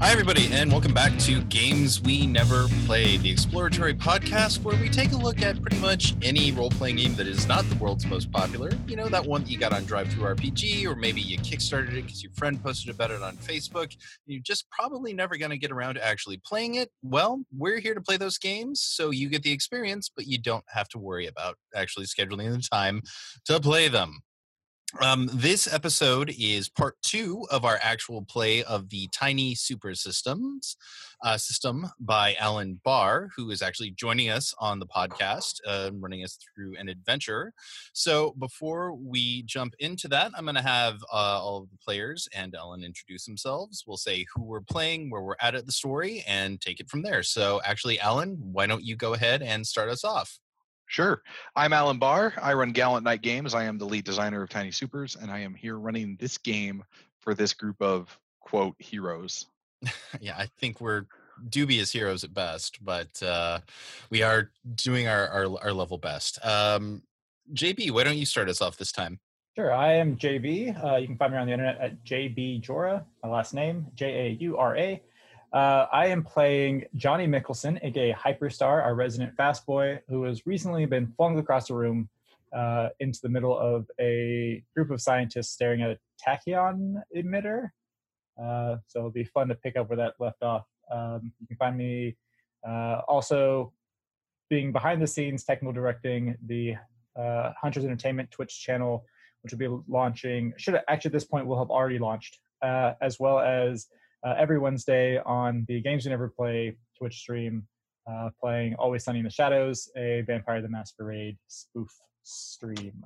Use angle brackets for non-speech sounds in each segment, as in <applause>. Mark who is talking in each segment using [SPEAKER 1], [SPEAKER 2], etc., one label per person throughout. [SPEAKER 1] Hi, everybody, and welcome back to Games We Never Played, the exploratory podcast where we take a look at pretty much any role playing game that is not the world's most popular. You know, that one that you got on Drive Through RPG, or maybe you kickstarted it because your friend posted about it on Facebook. You're just probably never going to get around to actually playing it. Well, we're here to play those games, so you get the experience, but you don't have to worry about actually scheduling the time to play them. Um, this episode is part two of our actual play of the Tiny Super Systems uh, system by Alan Barr, who is actually joining us on the podcast, uh, running us through an adventure. So before we jump into that, I'm going to have uh, all of the players and Alan introduce themselves. We'll say who we're playing, where we're at at the story, and take it from there. So actually, Alan, why don't you go ahead and start us off?
[SPEAKER 2] Sure. I'm Alan Barr. I run Gallant Night Games. I am the lead designer of Tiny Supers, and I am here running this game for this group of quote heroes.
[SPEAKER 1] yeah, I think we're dubious heroes at best, but uh, we are doing our, our our level best. Um, JB, why don't you start us off this time?
[SPEAKER 3] Sure, I am JB. Uh, you can find me on the internet at JB Jora, my last name, J A U R A. Uh, I am playing Johnny Mickelson, aka Hyperstar, our resident fast boy, who has recently been flung across a room uh, into the middle of a group of scientists staring at a tachyon emitter. Uh, so it'll be fun to pick up where that left off. Um, you can find me uh, also being behind the scenes, technical directing the uh, Hunters Entertainment Twitch channel, which will be launching, should actually at this point will have already launched, uh, as well as uh, every Wednesday on the Games You Never Play Twitch stream, uh, playing Always Sunny in the Shadows, a Vampire the Masquerade spoof stream.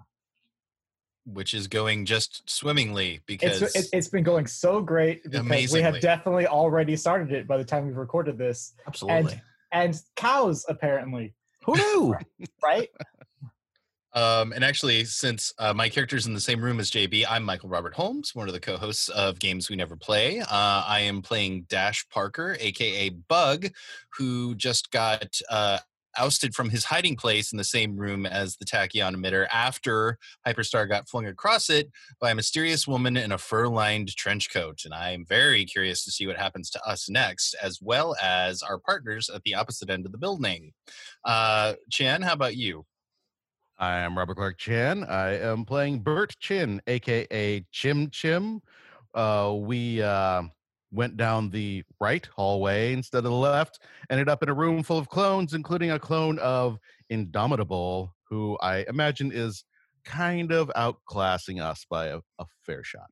[SPEAKER 1] Which is going just swimmingly because
[SPEAKER 3] It's, it, it's been going so great because we
[SPEAKER 1] Amazingly.
[SPEAKER 3] have definitely already started it by the time we've recorded this.
[SPEAKER 1] absolutely.
[SPEAKER 3] And cows, apparently,
[SPEAKER 4] Who knew?
[SPEAKER 3] <laughs> right?
[SPEAKER 1] Um, and actually, since uh, my character's in the same room as JB, I'm Michael Robert Holmes, one of the co hosts of Games We Never Play. Uh, I am playing Dash Parker, aka Bug, who just got uh, ousted from his hiding place in the same room as the Tachyon emitter after Hyperstar got flung across it by a mysterious woman in a fur lined trench coat. And I am very curious to see what happens to us next, as well as our partners at the opposite end of the building. Uh, Chan, how about you?
[SPEAKER 4] I am Robert Clark Chan. I am playing Bert Chin, aka Chim Chim. Uh, we uh, went down the right hallway instead of the left, ended up in a room full of clones, including a clone of Indomitable, who I imagine is kind of outclassing us by a, a fair shot.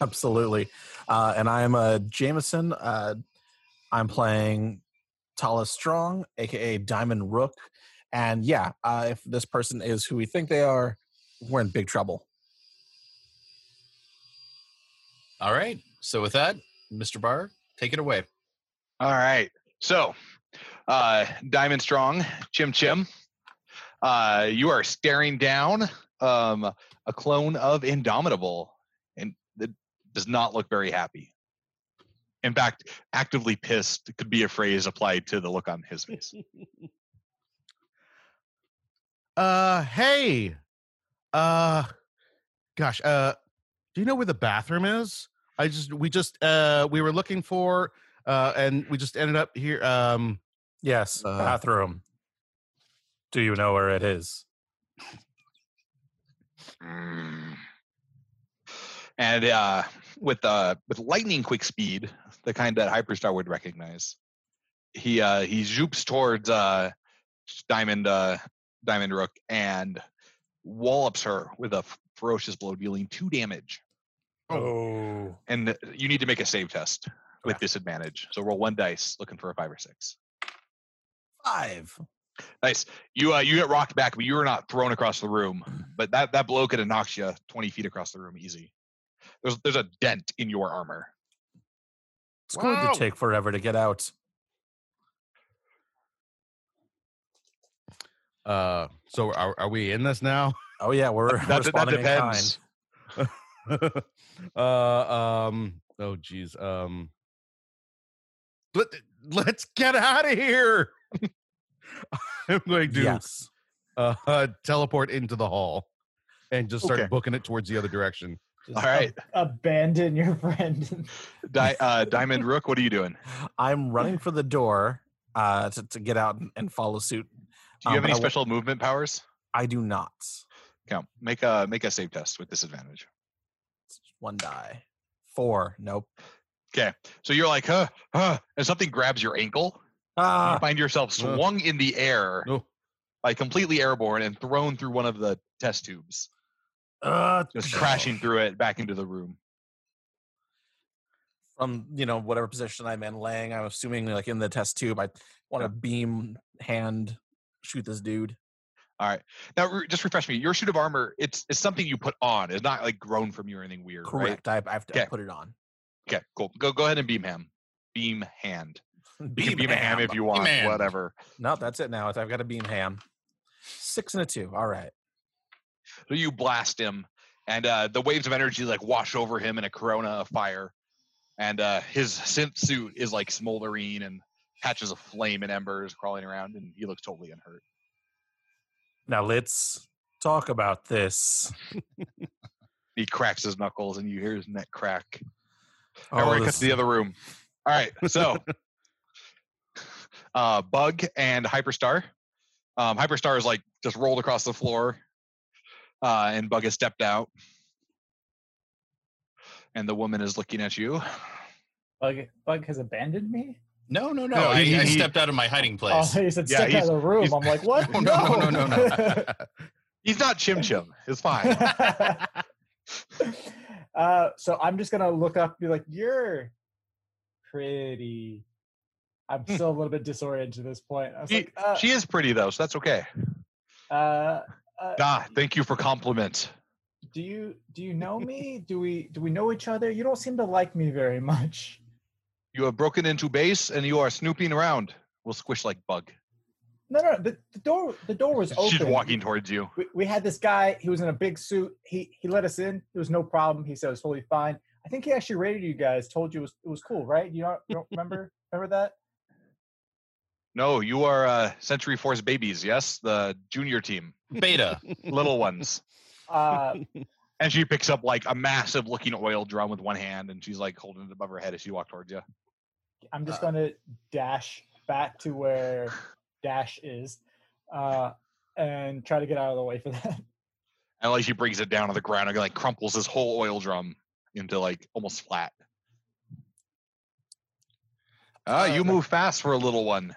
[SPEAKER 5] Absolutely. Uh, and I am a Jameson. Uh, I'm playing Tala Strong, aka Diamond Rook. And yeah, uh, if this person is who we think they are, we're in big trouble.
[SPEAKER 1] All right. So with that, Mr. Barr, take it away.
[SPEAKER 2] All right. So, uh, Diamond Strong, Chim Chim, uh, you are staring down um, a clone of Indomitable, and it does not look very happy. In fact, actively pissed could be a phrase applied to the look on his face.
[SPEAKER 4] Uh, hey, uh, gosh, uh, do you know where the bathroom is? I just, we just, uh, we were looking for, uh, and we just ended up here. Um,
[SPEAKER 5] Yes,
[SPEAKER 4] Uh.
[SPEAKER 5] bathroom. Do you know where it is?
[SPEAKER 2] Mm. And uh, with uh, with lightning quick speed, the kind that Hyperstar would recognize, he uh, he zoops towards uh, Diamond uh, Diamond Rook and wallops her with a ferocious blow, dealing two damage.
[SPEAKER 5] Oh.
[SPEAKER 2] And uh, you need to make a save test with disadvantage. So roll one dice, looking for a five or six.
[SPEAKER 5] Five.
[SPEAKER 2] Nice. You uh, you get rocked back, but you were not thrown across the room. But that that blow could have knocked you twenty feet across the room easy. There's there's a dent in your armor.
[SPEAKER 5] It's going
[SPEAKER 4] Wow.
[SPEAKER 5] to take forever to get out.
[SPEAKER 4] uh, so are, are we in this now? <laughs>
[SPEAKER 5] Oh, yeah, <laughs> we're,
[SPEAKER 2] That-
[SPEAKER 5] we're
[SPEAKER 2] that, that
[SPEAKER 5] responding in kind.
[SPEAKER 2] depends.
[SPEAKER 4] uh, um, oh, geez. Um, let, let's get out of here. <laughs> I'm going to
[SPEAKER 5] Yes.
[SPEAKER 4] uh, teleport into the hall and just start
[SPEAKER 2] Okay.
[SPEAKER 4] booking it towards the other direction. <laughs>
[SPEAKER 3] Just
[SPEAKER 2] All right,
[SPEAKER 3] ab- abandon your friend. <laughs>
[SPEAKER 2] Di- uh, Diamond Rook, what are you doing?
[SPEAKER 5] I'm running for the door uh, to, to get out and, and follow suit.
[SPEAKER 2] Do you
[SPEAKER 5] Um,
[SPEAKER 2] have any
[SPEAKER 5] I wa-
[SPEAKER 2] special movement powers?
[SPEAKER 5] I do not.
[SPEAKER 2] Count. Make a make a save test with disadvantage.
[SPEAKER 5] It's just one die. Four. Nope.
[SPEAKER 2] So you're like, huh, huh, and something grabs your ankle. You
[SPEAKER 5] Ah,
[SPEAKER 2] find yourself
[SPEAKER 4] Ugh.
[SPEAKER 2] swung in the air,
[SPEAKER 4] Oh,
[SPEAKER 2] like completely airborne, and thrown through one of the test tubes,
[SPEAKER 5] uh,
[SPEAKER 2] just crashing through it back into the room.
[SPEAKER 5] from you know whatever position I'm in, laying. I'm assuming like in the test tube. I want to beam hand shoot this dude.
[SPEAKER 2] All right. Now, re- just refresh me. Your suit of armor, it's it's something you put on. It's not like grown from you or anything weird,
[SPEAKER 5] Correct. I, I have to I
[SPEAKER 2] Okay.
[SPEAKER 5] put it on. <laughs>
[SPEAKER 2] right? Okay, cool. Go go ahead and beam him. Beam hand. You can beam a ham if you want,
[SPEAKER 1] hand.
[SPEAKER 2] whatever.
[SPEAKER 5] No, that's it now. It's- I've got a beam ham. Six and a two. All right.
[SPEAKER 2] So you blast him, and uh, the waves of energy like wash over him in a corona of fire, and uh, his synth suit is like smoldering and patches of flame and embers crawling around, and he looks totally unhurt.
[SPEAKER 5] Now let's talk about this.
[SPEAKER 2] He cracks his knuckles, and you hear his neck crack.
[SPEAKER 5] Oh,
[SPEAKER 2] and we're gonna cut
[SPEAKER 5] this-
[SPEAKER 2] to the other room. All right, so
[SPEAKER 5] <laughs>
[SPEAKER 2] uh, Bug and Hyperstar. Um, Hyperstar is like just rolled across the floor, uh, and Bug has stepped out, and the woman is looking at you.
[SPEAKER 3] Bug, Bug has abandoned me.
[SPEAKER 1] No, no, no.
[SPEAKER 2] No,
[SPEAKER 1] I,
[SPEAKER 2] he-
[SPEAKER 1] I
[SPEAKER 2] he-
[SPEAKER 1] stepped out of my hiding place.
[SPEAKER 3] Oh, he said
[SPEAKER 2] Yeah,
[SPEAKER 3] step out
[SPEAKER 2] he's-
[SPEAKER 3] of the room.
[SPEAKER 2] he's-
[SPEAKER 3] I'm like,
[SPEAKER 2] <laughs>
[SPEAKER 3] what?
[SPEAKER 1] No, no, no, no,
[SPEAKER 2] He's not Chim Chim. It's fine.
[SPEAKER 3] <laughs> uh, so I'm just gonna look up, and be like, "You're pretty." I'm still a little bit disoriented to this point. I was
[SPEAKER 2] Hmm. She-
[SPEAKER 3] like, uh,
[SPEAKER 2] she is pretty though, so that's okay.
[SPEAKER 3] uh, uh,
[SPEAKER 2] Ah, thank you for compliment.
[SPEAKER 3] "Do you do you know me? Do we do we know each other? You don't seem to like me very much."
[SPEAKER 2] You have broken into base and you are snooping around. We'll squish like Bug.
[SPEAKER 3] No, no, the, the door the door was open.
[SPEAKER 2] She's walking towards you.
[SPEAKER 3] we, we had this guy. He was in a big suit. He he let us in. It was no problem. He said it was totally fine. I think he actually rated you guys. Told you it was it was cool, right? You don't, you don't remember <laughs> remember that?
[SPEAKER 2] No, you are uh, Century Force babies. Yes, the junior team,
[SPEAKER 1] Beta.
[SPEAKER 2] little ones.
[SPEAKER 3] Uh,
[SPEAKER 2] And she picks up like a massive looking oil drum with one hand, and she's like holding it above her head as she walks towards you.
[SPEAKER 3] I'm just
[SPEAKER 2] Uh,
[SPEAKER 3] gonna dash back to where Dash is, uh, and try to get out of the way for that. <laughs>
[SPEAKER 2] And like she brings it down to the ground and like crumples this whole oil drum into like almost flat. Ah, you move fast for a little one.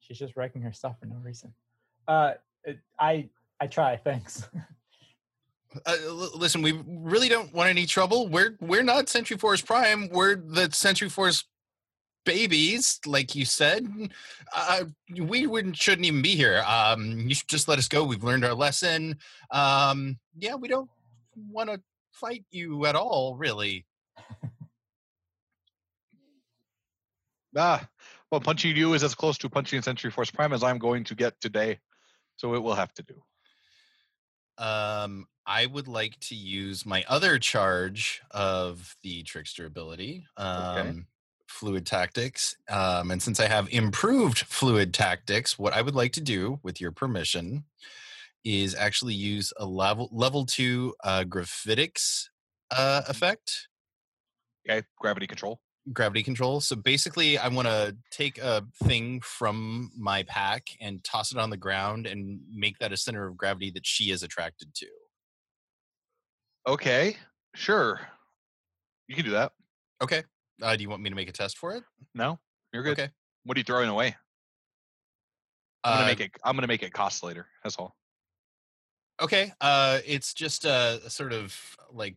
[SPEAKER 3] She's just wrecking herself for no reason. Uh, it- I I try. Thanks. <laughs>
[SPEAKER 1] Uh, l- listen, we really don't want any trouble. We're we're not Century Force Prime. We're the Century Force babies, like you said. Uh, we wouldn't shouldn't even be here. Um, you should just let us go. We've learned our lesson. Um, yeah, we don't want to fight you at all, really.
[SPEAKER 2] Ah, well, punching you is as close to punching Century Force Prime as I'm going to get today, so it will have to do.
[SPEAKER 1] Um, I would like to use my other charge of the trickster ability, um, fluid tactics. Um, and since I have improved fluid tactics, what I would like to do, with your permission, is actually use a level level two uh, graphitics uh, effect
[SPEAKER 2] Okay, gravity control.
[SPEAKER 1] gravity control. So basically, I want to take a thing from my pack and toss it on the ground and make that a center of gravity that she is attracted to.
[SPEAKER 2] Okay, sure, you can do that.
[SPEAKER 1] Okay. Uh, do you want me to make a test for it?
[SPEAKER 2] No, you're good.
[SPEAKER 1] Okay.
[SPEAKER 2] What are you throwing away? I'm gonna
[SPEAKER 1] Uh,
[SPEAKER 2] make it. I'm gonna make it cost later. That's all.
[SPEAKER 1] Okay. Uh, it's just a, a sort of like,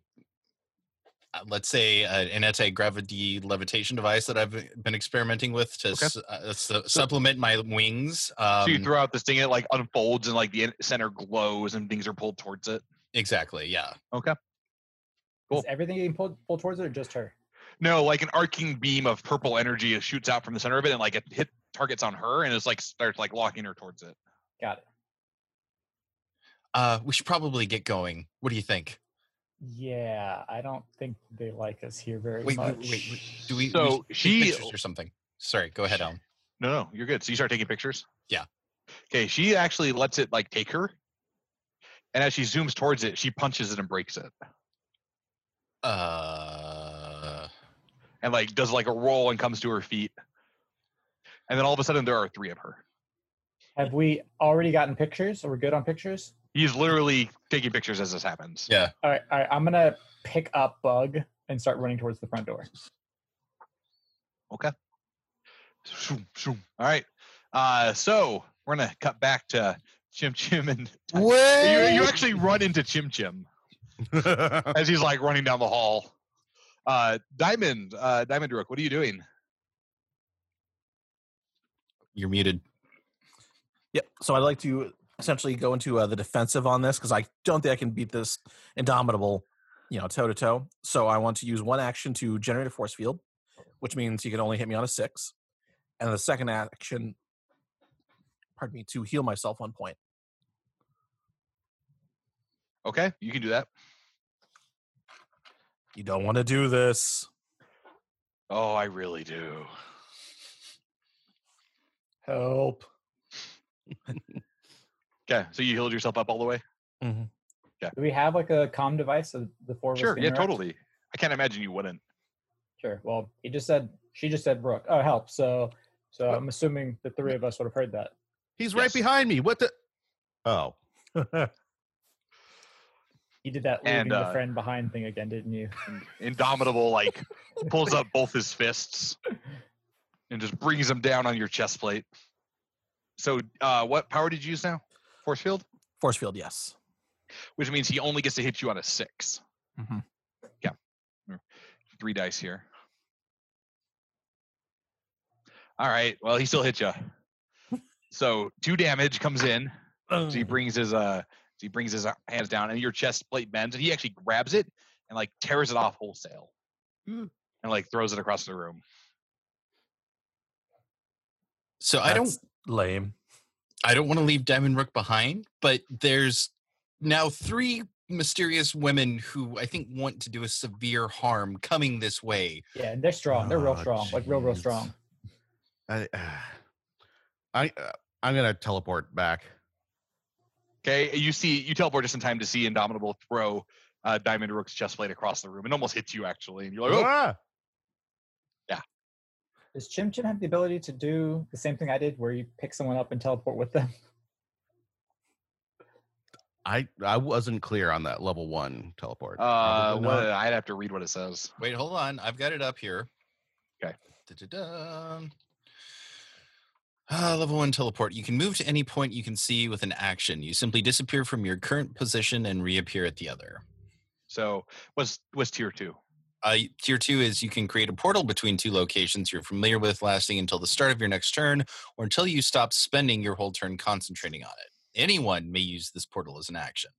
[SPEAKER 1] uh, let's say, uh, an anti-gravity levitation device that I've uh, been experimenting with to
[SPEAKER 2] Okay.
[SPEAKER 1] s- uh, su- supplement my wings. Um,
[SPEAKER 2] so you throw out this thing, it like unfolds, and like the in- center glows, and things are pulled towards it.
[SPEAKER 1] exactly. Yeah.
[SPEAKER 2] Okay. Cool.
[SPEAKER 3] Is everything getting pulled pulled towards her, or just her?
[SPEAKER 2] No, like an arcing beam of purple energy shoots out from the center of it, and like it hit targets on her, and it's like starts like locking her towards it.
[SPEAKER 3] Got it.
[SPEAKER 1] Uh, we should probably get going. What do you think?
[SPEAKER 3] Yeah, I don't think they like us here very
[SPEAKER 1] Wait, wait,
[SPEAKER 3] much.
[SPEAKER 1] wait, wait. Do we? we
[SPEAKER 2] So
[SPEAKER 1] should take
[SPEAKER 2] she
[SPEAKER 1] pictures or something. Sorry. Go ahead, Alan.
[SPEAKER 2] No, no, you're good. So you start taking pictures?
[SPEAKER 1] Yeah.
[SPEAKER 2] Okay, she actually lets it like take her. And as she zooms towards it, she punches it and breaks it.
[SPEAKER 1] Uh,
[SPEAKER 2] and like does like a roll and comes to her feet. And then all of a sudden there are three of her.
[SPEAKER 3] Have we already gotten pictures? Are we good on pictures?
[SPEAKER 2] He's literally taking pictures as this happens.
[SPEAKER 1] Yeah.
[SPEAKER 3] All right, all right. I'm gonna pick up Bug and start running towards the front door.
[SPEAKER 2] Shoom, shoom. All right. Uh, so we're gonna cut back to Chim Chim and <laughs> you, you actually run into Chim Chim as he's like running down the hall. Uh, Diamond, uh, Diamond Rook, what are you doing?
[SPEAKER 1] You're muted.
[SPEAKER 5] Yep. So I'd like to essentially go into uh, the defensive on this because I don't think I can beat this indomitable, you know, toe to toe. So I want to use one action to generate a force field, which means he can only hit me on a six, and the second action, pardon me, to heal myself one point.
[SPEAKER 2] Okay, you can do that.
[SPEAKER 5] You don't want to do this.
[SPEAKER 2] Oh, I really do.
[SPEAKER 5] Help.
[SPEAKER 2] Okay, so you healed yourself up all the way.
[SPEAKER 5] Mm-hmm.
[SPEAKER 3] Do we have like a comm device so the four of us
[SPEAKER 2] Sure.
[SPEAKER 3] can
[SPEAKER 2] Yeah,
[SPEAKER 3] interact?
[SPEAKER 2] totally. I can't imagine you wouldn't.
[SPEAKER 3] Sure. Well, he just said she just said Brooke. Oh, help. So, so I'm assuming the three of us would have heard that.
[SPEAKER 4] He's right
[SPEAKER 2] Yes.
[SPEAKER 4] behind me. What the? Oh,
[SPEAKER 3] You did that leaving
[SPEAKER 2] And,
[SPEAKER 3] the
[SPEAKER 2] uh,
[SPEAKER 3] friend behind thing again, didn't you?
[SPEAKER 2] Indomitable, like pulls up both his fists and just brings them down on your chest plate. So, uh, what power did you use now? Force field,
[SPEAKER 5] Force field, yes.
[SPEAKER 2] which means he only gets to hit you on a six.
[SPEAKER 5] Mhm.
[SPEAKER 2] Yeah, Mm. three dice here. All right. Well, he still hit you. So two damage comes in. So
[SPEAKER 5] Hmm.
[SPEAKER 2] he brings his uh, so he brings his uh, hands down, and your chest plate bends, and he actually grabs it and like tears it off wholesale,
[SPEAKER 4] Mm.
[SPEAKER 2] and like throws it across the room.
[SPEAKER 1] So I don't
[SPEAKER 5] That's lame.
[SPEAKER 1] I don't want to leave Diamond Rook behind, but there's now three mysterious women who I think want to do us severe harm coming this way.
[SPEAKER 3] Yeah, and they're strong. They're
[SPEAKER 2] Ah,
[SPEAKER 3] real
[SPEAKER 4] Oh,
[SPEAKER 3] strong. Like real, real
[SPEAKER 4] jeez.
[SPEAKER 3] strong.
[SPEAKER 4] I, <sighs> I, uh, I'm gonna teleport back.
[SPEAKER 2] Okay, you see, you teleport just in time to see Indomitable throw uh, Diamond Rook's chest plate across the room. It almost hits you actually, and you're like, oh,
[SPEAKER 4] Ah!
[SPEAKER 3] Does Chim Chim have the ability to do the same thing I did, where you pick someone up and teleport with them?
[SPEAKER 4] I, I wasn't clear on that level one teleport.
[SPEAKER 2] uh,
[SPEAKER 4] Probably
[SPEAKER 2] what,
[SPEAKER 4] not.
[SPEAKER 2] I'd have to read what it says.
[SPEAKER 1] Wait, hold on. I've got it up here.
[SPEAKER 2] 'Kay.
[SPEAKER 1] Da-da-da. Ah, level one teleport. You can move to any point you can see with an action. You simply disappear from your current position and reappear at the other.
[SPEAKER 2] So, was was tier two?
[SPEAKER 1] Uh, tier two is you can create a portal between two locations you're familiar with, lasting until the start of your next turn or until you stop spending your whole turn concentrating on it. Anyone may use this portal as an action.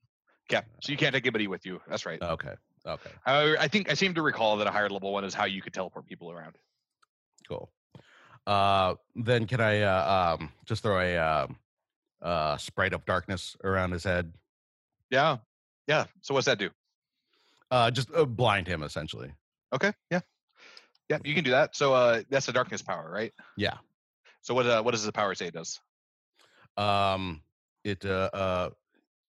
[SPEAKER 2] Yeah, so you can't take anybody with you. That's right.
[SPEAKER 4] Okay. Okay.
[SPEAKER 2] I, I think I seem to recall that a higher level one is how you could teleport people around.
[SPEAKER 4] Cool. Uh, then can I uh, um, just throw a um, uh, sprite of darkness around his head?
[SPEAKER 2] Yeah, yeah. So what's that do?
[SPEAKER 4] Uh, just uh, blind him essentially.
[SPEAKER 2] Okay, yeah, yeah. You can do that. So uh, that's the darkness power, right?
[SPEAKER 4] Yeah.
[SPEAKER 2] So what uh, what does the power say it does?
[SPEAKER 4] Um, it uh, uh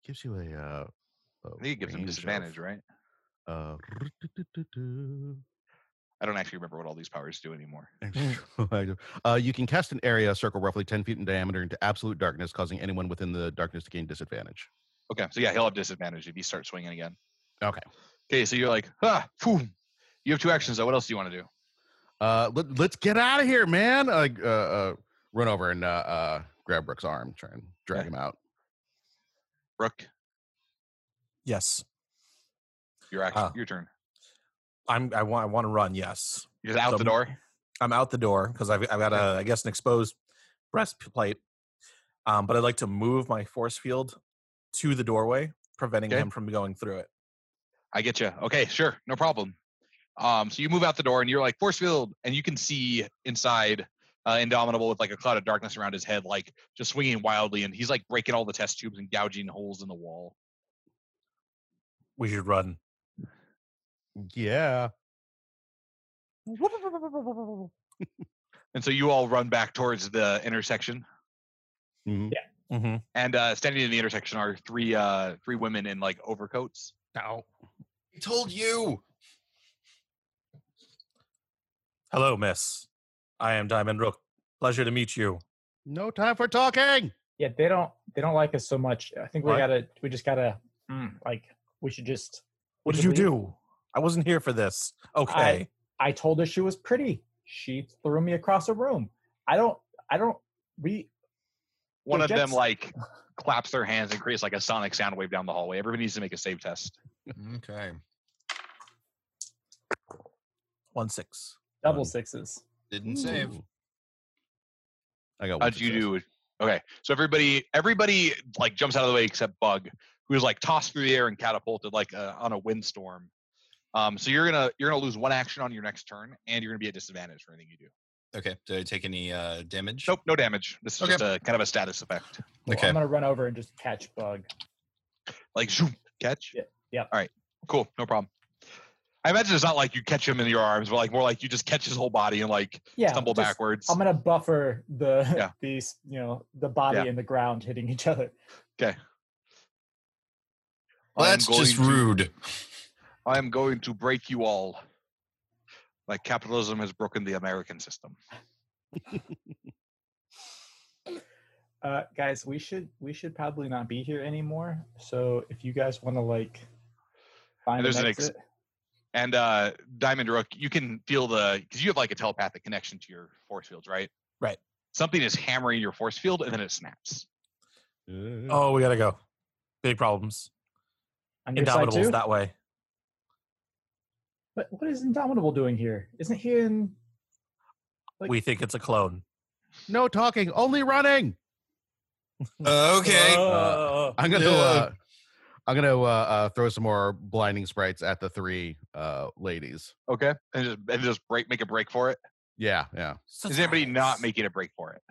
[SPEAKER 4] gives you a. Uh, a
[SPEAKER 2] I think it gives them
[SPEAKER 4] range of,
[SPEAKER 2] disadvantage, right?
[SPEAKER 4] Uh,
[SPEAKER 2] I don't actually remember what all these powers do anymore.
[SPEAKER 4] uh, <laughs> you can cast an area circle roughly 10 feet in diameter into absolute darkness, causing anyone within the darkness to gain disadvantage.
[SPEAKER 2] Okay, so yeah, he'll have disadvantage if you start swinging again.
[SPEAKER 4] Okay.
[SPEAKER 2] Okay, so you're like, ah, phew. You have two actions though. What else do you want to do?
[SPEAKER 4] Uh, let, us get out of here, man. Uh, uh, uh, run over and uh, uh, grab Brooke's arm, try and drag
[SPEAKER 2] Yeah.
[SPEAKER 4] him out.
[SPEAKER 2] Brooke,
[SPEAKER 5] Yes.
[SPEAKER 2] your action,
[SPEAKER 5] Ah.
[SPEAKER 2] your turn.
[SPEAKER 5] I'm I want I want to run, yes.
[SPEAKER 2] You're out
[SPEAKER 5] So-
[SPEAKER 2] the door.
[SPEAKER 5] I'm out the door because I've, I've got a, I guess, an exposed breastplate. Um, but I'd like to move my force field to the doorway, preventing
[SPEAKER 2] Okay.
[SPEAKER 5] him from going through it.
[SPEAKER 2] I get you. Okay, sure, no problem. Um, so you move out the door and you're like force field, and you can see inside uh, Indomitable with like a cloud of darkness around his head, like just swinging wildly, and he's like breaking all the test tubes and gouging holes in the wall.
[SPEAKER 5] We should run.
[SPEAKER 4] Yeah.
[SPEAKER 2] And so you all run back towards the intersection.
[SPEAKER 4] Mhm.
[SPEAKER 5] Mm-hmm.
[SPEAKER 2] And uh, standing in the intersection are three uh, three women in like overcoats.
[SPEAKER 1] I told you.
[SPEAKER 5] Hello, miss. I am Diamond Rook. Pleasure to meet you.
[SPEAKER 4] No time for talking.
[SPEAKER 3] Yeah, they don't they don't like us so much. I think we
[SPEAKER 5] What?
[SPEAKER 3] gotta we just gotta mm, like we should just.
[SPEAKER 5] What did
[SPEAKER 3] should
[SPEAKER 5] you
[SPEAKER 3] leave.
[SPEAKER 5] do? I wasn't here for this. Okay.
[SPEAKER 3] I told her she was pretty. She threw me across the room. I don't. I don't. We.
[SPEAKER 2] One
[SPEAKER 3] Yo,
[SPEAKER 2] of them
[SPEAKER 3] Jets-
[SPEAKER 2] like claps their hands and creates like a sonic sound wave down the hallway. Everybody needs to make a save test.
[SPEAKER 1] Okay.
[SPEAKER 5] One six.
[SPEAKER 3] double
[SPEAKER 4] Um,
[SPEAKER 3] sixes.
[SPEAKER 1] Didn't save.
[SPEAKER 4] Ooh. I got.
[SPEAKER 2] How
[SPEAKER 4] one
[SPEAKER 2] do you
[SPEAKER 4] success.
[SPEAKER 2] do? Okay, so everybody, everybody like jumps out of the way except Bug, who is like tossed through the air and catapulted like uh, on a windstorm. Um, so you're gonna you're gonna lose one action on your next turn, and you're gonna be at disadvantage for anything you do.
[SPEAKER 1] Okay. Did I take any uh, damage?
[SPEAKER 2] Nope, no damage. This is
[SPEAKER 1] Okay.
[SPEAKER 2] just a kind of a status effect.
[SPEAKER 3] Well,
[SPEAKER 1] Okay.
[SPEAKER 3] I'm gonna run over and just catch bug.
[SPEAKER 2] Like zoom, catch.
[SPEAKER 3] Yeah, yeah.
[SPEAKER 2] All right. Cool. No problem. I imagine it's not like you catch him in your arms, but like more like you just catch his whole body and like
[SPEAKER 3] Yeah.
[SPEAKER 2] stumble
[SPEAKER 3] just-
[SPEAKER 2] backwards.
[SPEAKER 3] I'm gonna buffer the
[SPEAKER 2] Yeah.
[SPEAKER 3] <laughs> these you know the body
[SPEAKER 2] Yeah.
[SPEAKER 3] and the ground hitting each other.
[SPEAKER 2] I am
[SPEAKER 1] That's just
[SPEAKER 2] going to-
[SPEAKER 1] rude.
[SPEAKER 2] I am going to break you all. Like capitalism has broken the American system.
[SPEAKER 3] Uh, guys, we should we should probably not be here anymore. So if you guys want to like find
[SPEAKER 2] There's
[SPEAKER 3] an
[SPEAKER 2] an ex-
[SPEAKER 3] exit,
[SPEAKER 2] And uh Diamond Rook, you can feel the because you have like a telepathic connection to your force fields, right?
[SPEAKER 5] Right.
[SPEAKER 2] Something is hammering your force field and then it snaps.
[SPEAKER 4] Uh,
[SPEAKER 5] Oh, we gotta go. Big problems.
[SPEAKER 3] on your side
[SPEAKER 5] Indomitable's
[SPEAKER 3] too.
[SPEAKER 5] that way.
[SPEAKER 3] But what is Indomitable doing here? Isn't he in? Like-
[SPEAKER 5] we think it's a clone.
[SPEAKER 4] No talking. Only running.
[SPEAKER 1] Uh, okay.
[SPEAKER 3] Oh.
[SPEAKER 5] Uh,
[SPEAKER 4] I'm gonna.
[SPEAKER 1] Yeah.
[SPEAKER 4] Uh, I'm gonna uh, uh, throw some more blinding sprites at the three uh, ladies.
[SPEAKER 2] Okay. And just and just break make a break for it.
[SPEAKER 4] Yeah, yeah.
[SPEAKER 2] Is anybody not making a break for it?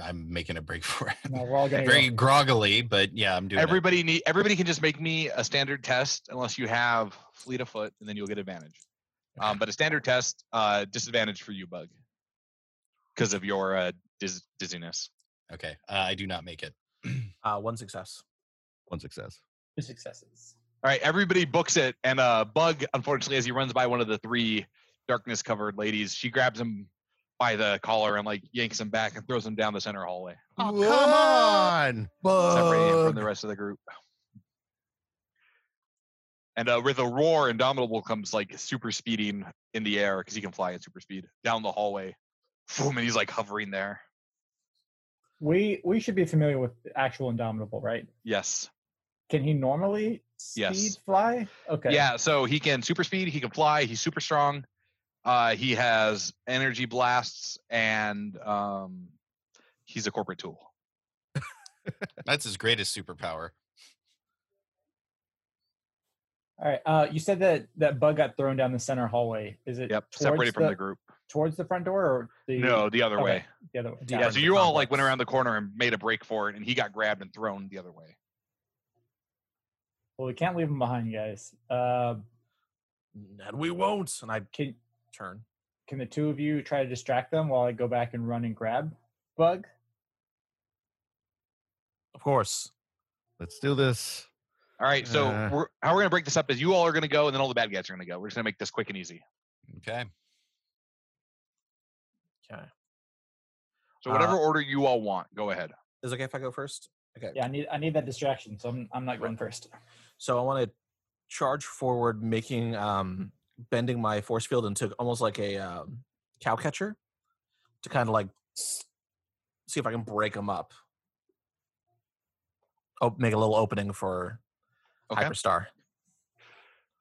[SPEAKER 1] I'm making a break for it. <laughs>
[SPEAKER 3] No, we're all gonna.
[SPEAKER 1] Very
[SPEAKER 3] go.
[SPEAKER 1] groggily, but yeah, I'm doing it.
[SPEAKER 2] Everybody need everybody can just make me a standard test unless you have fleet of foot, and then you'll get advantage. Um, but a standard test, uh, disadvantage for you, Bug, because of your uh, dizz- dizziness.
[SPEAKER 1] Okay. Uh, I do not make it.
[SPEAKER 5] Uh, one success.
[SPEAKER 4] One success.
[SPEAKER 3] Two successes.
[SPEAKER 2] All right, everybody books it, and uh, Bug, unfortunately, as he runs by one of the three darkness-covered ladies, she grabs him by the collar and like yanks him back and throws him down the center hallway,
[SPEAKER 4] Oh,
[SPEAKER 5] Whoa.
[SPEAKER 4] come on.
[SPEAKER 2] separating him from
[SPEAKER 5] Bug.
[SPEAKER 2] the rest of the group. And uh, with a roar, Indomitable comes like super speeding in the air because he can fly at super speed down the hallway. Boom, and he's like hovering there.
[SPEAKER 3] We we should be familiar with the actual Indomitable, right?
[SPEAKER 2] Yes.
[SPEAKER 3] Can he normally speed
[SPEAKER 2] Yes.
[SPEAKER 3] fly? Okay.
[SPEAKER 2] Yeah, so he can super speed, he can fly, he's super strong. Uh, he has energy blasts and um, he's a corporate tool.
[SPEAKER 1] That's his greatest superpower.
[SPEAKER 3] All right. Uh, you said that that bug got thrown down the center hallway. Is it
[SPEAKER 2] Yep,
[SPEAKER 3] towards
[SPEAKER 2] separated from the group.
[SPEAKER 3] towards the front door or the
[SPEAKER 2] No, the other
[SPEAKER 3] okay.
[SPEAKER 2] way.
[SPEAKER 3] the other way?
[SPEAKER 5] Yeah,
[SPEAKER 3] Got
[SPEAKER 2] Yeah,
[SPEAKER 3] it.
[SPEAKER 5] Towards
[SPEAKER 2] so
[SPEAKER 5] the
[SPEAKER 2] you all like went
[SPEAKER 5] complex.
[SPEAKER 2] around the corner and made a break for it, and he got grabbed and thrown the other way.
[SPEAKER 3] Well, we can't leave him behind, guys. Uh,
[SPEAKER 5] And we won't. And I
[SPEAKER 3] can
[SPEAKER 5] turn.
[SPEAKER 3] can the two of you try to distract them while I go back and run and grab bug?
[SPEAKER 5] Of course.
[SPEAKER 4] Let's do this.
[SPEAKER 2] All right, so
[SPEAKER 4] Uh.
[SPEAKER 2] we're, how we're gonna break this up is you all are gonna go, and then all the bad guys are gonna go. We're just gonna make this quick and easy.
[SPEAKER 1] Okay.
[SPEAKER 5] Okay.
[SPEAKER 2] So
[SPEAKER 5] Uh,
[SPEAKER 2] whatever order you all want, go ahead.
[SPEAKER 5] Is it okay if I go first? Okay.
[SPEAKER 3] Yeah, I need I need that distraction, so I'm I'm not going first.
[SPEAKER 5] So I want to charge forward, making um bending my force field into almost like a um, cow catcher to kind of like s- see if I can break them up. Oh, make a little opening for
[SPEAKER 2] Okay,
[SPEAKER 5] Hyperstar.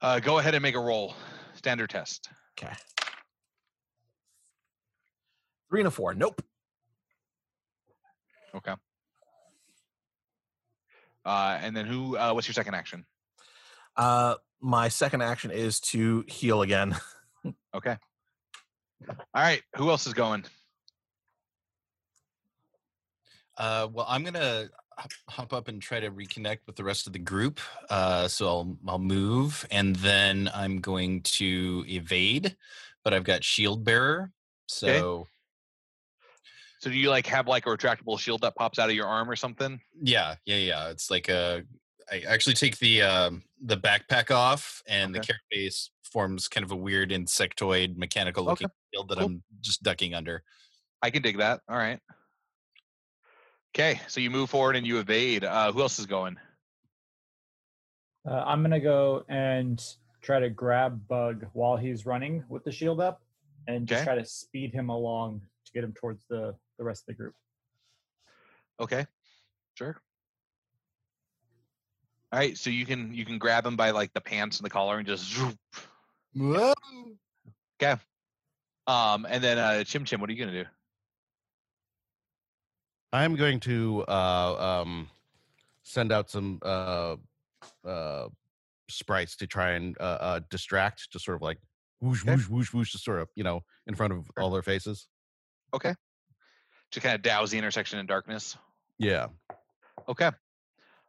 [SPEAKER 2] uh, go ahead and make a roll, standard test.
[SPEAKER 5] Okay. Three and a four. Nope.
[SPEAKER 2] Okay. Uh, and then who? Uh, what's your second action?
[SPEAKER 5] Uh, my second action is to heal again.
[SPEAKER 2] Okay. All right. Who else is going?
[SPEAKER 1] Uh, well, I'm gonna hop- hop up and try to reconnect with the rest of the group. Uh, so I'll I'll move, and then I'm going to evade, but I've got shield bearer. So
[SPEAKER 2] So do you like have like a retractable shield that pops out of your arm or something?
[SPEAKER 1] yeah, yeah, yeah. uh, It's like a. I actually take the um, the backpack off, and the carrot base forms kind of a weird insectoid mechanical looking field that
[SPEAKER 2] cool.
[SPEAKER 1] I'm just ducking under.
[SPEAKER 2] I can dig that. All right. Okay, so you move forward and you evade. Uh, who else is going?
[SPEAKER 3] Uh, I'm gonna go and try to grab Bug while he's running with the shield up, and just
[SPEAKER 2] Okay.
[SPEAKER 3] try to speed him along to get him towards the the rest of the group.
[SPEAKER 2] Okay, sure. All right, so you can you can grab him by like the pants and the collar and just zoop.
[SPEAKER 4] Whoa.
[SPEAKER 2] Um, and then uh, Chim Chim, what are you gonna do?
[SPEAKER 4] I'm going to uh, um, send out some uh, uh, sprites to try and uh, uh, distract, just sort of like whoosh,
[SPEAKER 2] Okay.
[SPEAKER 4] whoosh, whoosh, whoosh, just sort of you know in front of all their faces.
[SPEAKER 2] Just kind of douse the intersection in darkness.
[SPEAKER 4] Yeah.
[SPEAKER 2] Okay.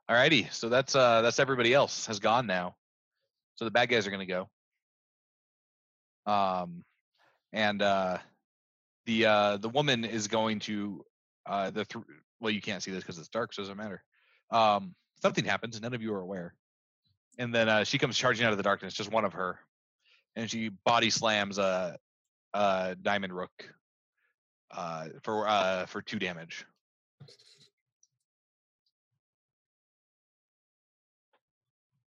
[SPEAKER 2] All righty. So that's uh that's everybody else has gone now. So the bad guys are gonna go. Um and uh the uh the woman is going to uh the th- well you can't see this because it's dark, so it doesn't matter. Um something happens, none of you are aware. And then uh she comes charging out of the darkness, just one of her. And she body slams uh uh Diamond Rook uh for uh for two damage.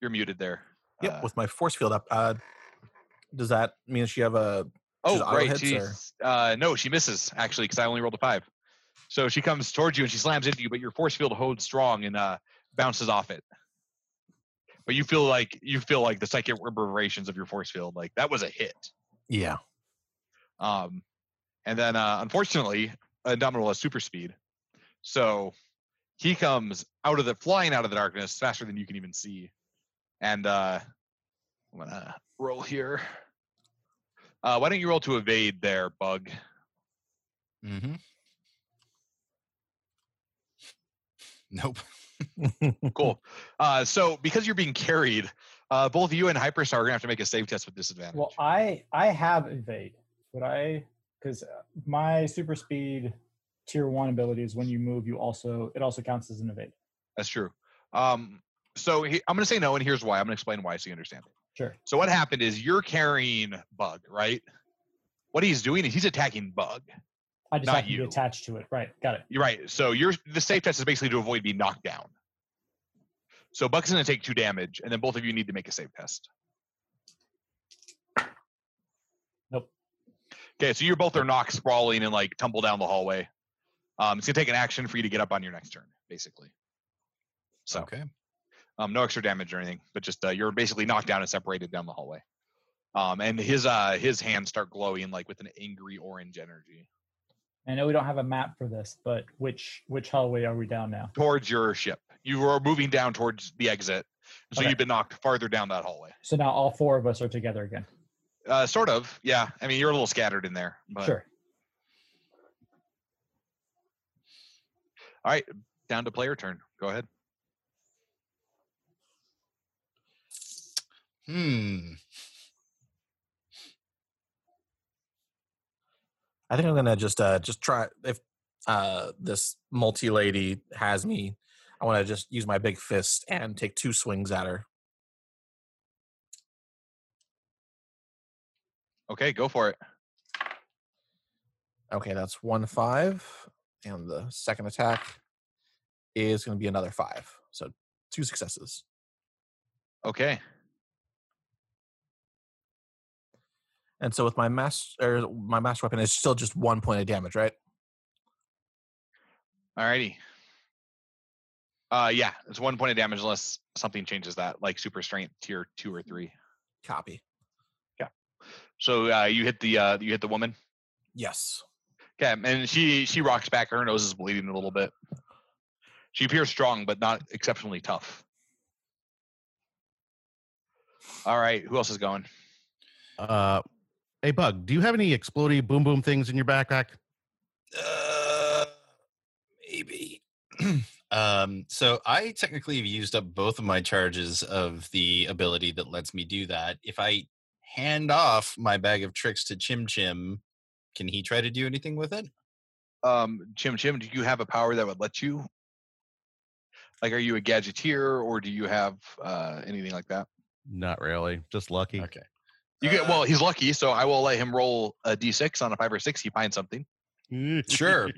[SPEAKER 2] You're muted there.
[SPEAKER 5] Yep,
[SPEAKER 2] Uh,
[SPEAKER 5] with my force field up. Uh, does that mean she have a? She's
[SPEAKER 2] oh,
[SPEAKER 5] auto
[SPEAKER 2] right.
[SPEAKER 5] hits, or-
[SPEAKER 2] She's, uh, no, she misses actually because I only rolled a five. So she comes towards you and she slams into you, but your force field holds strong and uh, bounces off it. But you feel like you feel like the psychic reverberations of your force field. Like that was a hit.
[SPEAKER 5] Yeah.
[SPEAKER 2] Um, and then uh, unfortunately, Indomitable has super speed, so he comes out of the flying out of the darkness faster than you can even see. And uh, I'm gonna roll here. Uh, why don't you roll to evade there, Bug?
[SPEAKER 1] Mm-hmm. Nope.
[SPEAKER 2] Cool. Uh, so because you're being carried, uh, both you and Hyperstar are gonna have to make a save test with disadvantage.
[SPEAKER 3] Well, I I have evade, but I because my super speed tier one ability is when you move, you also it also counts as an evade.
[SPEAKER 2] That's true. Um, so he, I'm gonna say no, and here's why. I'm gonna explain why so you understand.
[SPEAKER 3] Sure.
[SPEAKER 2] So what happened is you're carrying Bug, right? What he's doing is he's attacking Bug.
[SPEAKER 3] I just
[SPEAKER 2] Not
[SPEAKER 3] have to be
[SPEAKER 2] you.
[SPEAKER 3] attached to it. Right. Got it.
[SPEAKER 2] You're right. So you're the safe test is basically to avoid being knocked down. So Buck's going to take two damage, and then both of you need to make a save test.
[SPEAKER 3] Nope.
[SPEAKER 2] Okay, so you're both are knocked sprawling and like tumble down the hallway. Um, it's going to take an action for you to get up on your next turn, basically. So
[SPEAKER 1] Okay.
[SPEAKER 2] um, no extra damage or anything, but just uh, you're basically knocked down and separated down the hallway. Um, and his uh, his hands start glowing like with an angry orange energy
[SPEAKER 3] I know we don't have a map for this, but which which hallway are we down now?
[SPEAKER 2] towards your ship. You are moving down towards the exit, so
[SPEAKER 3] Okay.
[SPEAKER 2] you've been knocked farther down that hallway.
[SPEAKER 3] So now all four of us are together again.
[SPEAKER 2] Uh, sort of, yeah. I mean, you're a little scattered in there, but
[SPEAKER 3] Sure.
[SPEAKER 2] down to player turn. Go ahead.
[SPEAKER 1] Hmm.
[SPEAKER 5] I think I'm gonna just uh just try if uh this multi lady has me, I wanna just use my big fist and take two swings at her.
[SPEAKER 2] Okay, go for it.
[SPEAKER 5] Okay, that's one five. And the second attack is gonna be another five. So two successes.
[SPEAKER 2] Okay,
[SPEAKER 5] And so with my master my master weapon is still just one point of damage, right?
[SPEAKER 2] alrighty. Uh, yeah, it's one point of damage unless something changes that, like super strength tier two or three.
[SPEAKER 5] Copy.
[SPEAKER 2] So uh, you hit the uh, you hit the woman.
[SPEAKER 5] Yes.
[SPEAKER 2] Okay, and she she rocks back. Her nose is bleeding a little bit. She appears strong, but not exceptionally tough. All right, who else is going?
[SPEAKER 4] Uh, hey, Bug, do you have any explodey boom boom things in your backpack?
[SPEAKER 1] Uh, maybe. <clears throat> um, so I technically have used up both of my charges of the ability that lets me do that. If I hand off my bag of tricks to Chim Chim, can he try to do anything with it?
[SPEAKER 2] Um, Chim Chim, do you have a power that would let you? Like, are you a gadgeteer, or do you have uh, anything like that?
[SPEAKER 4] Not really. Just lucky.
[SPEAKER 1] Okay. Uh,
[SPEAKER 2] You get well. He's lucky, so I will let him roll a d6 on a five or six. He finds something.
[SPEAKER 1] Sure.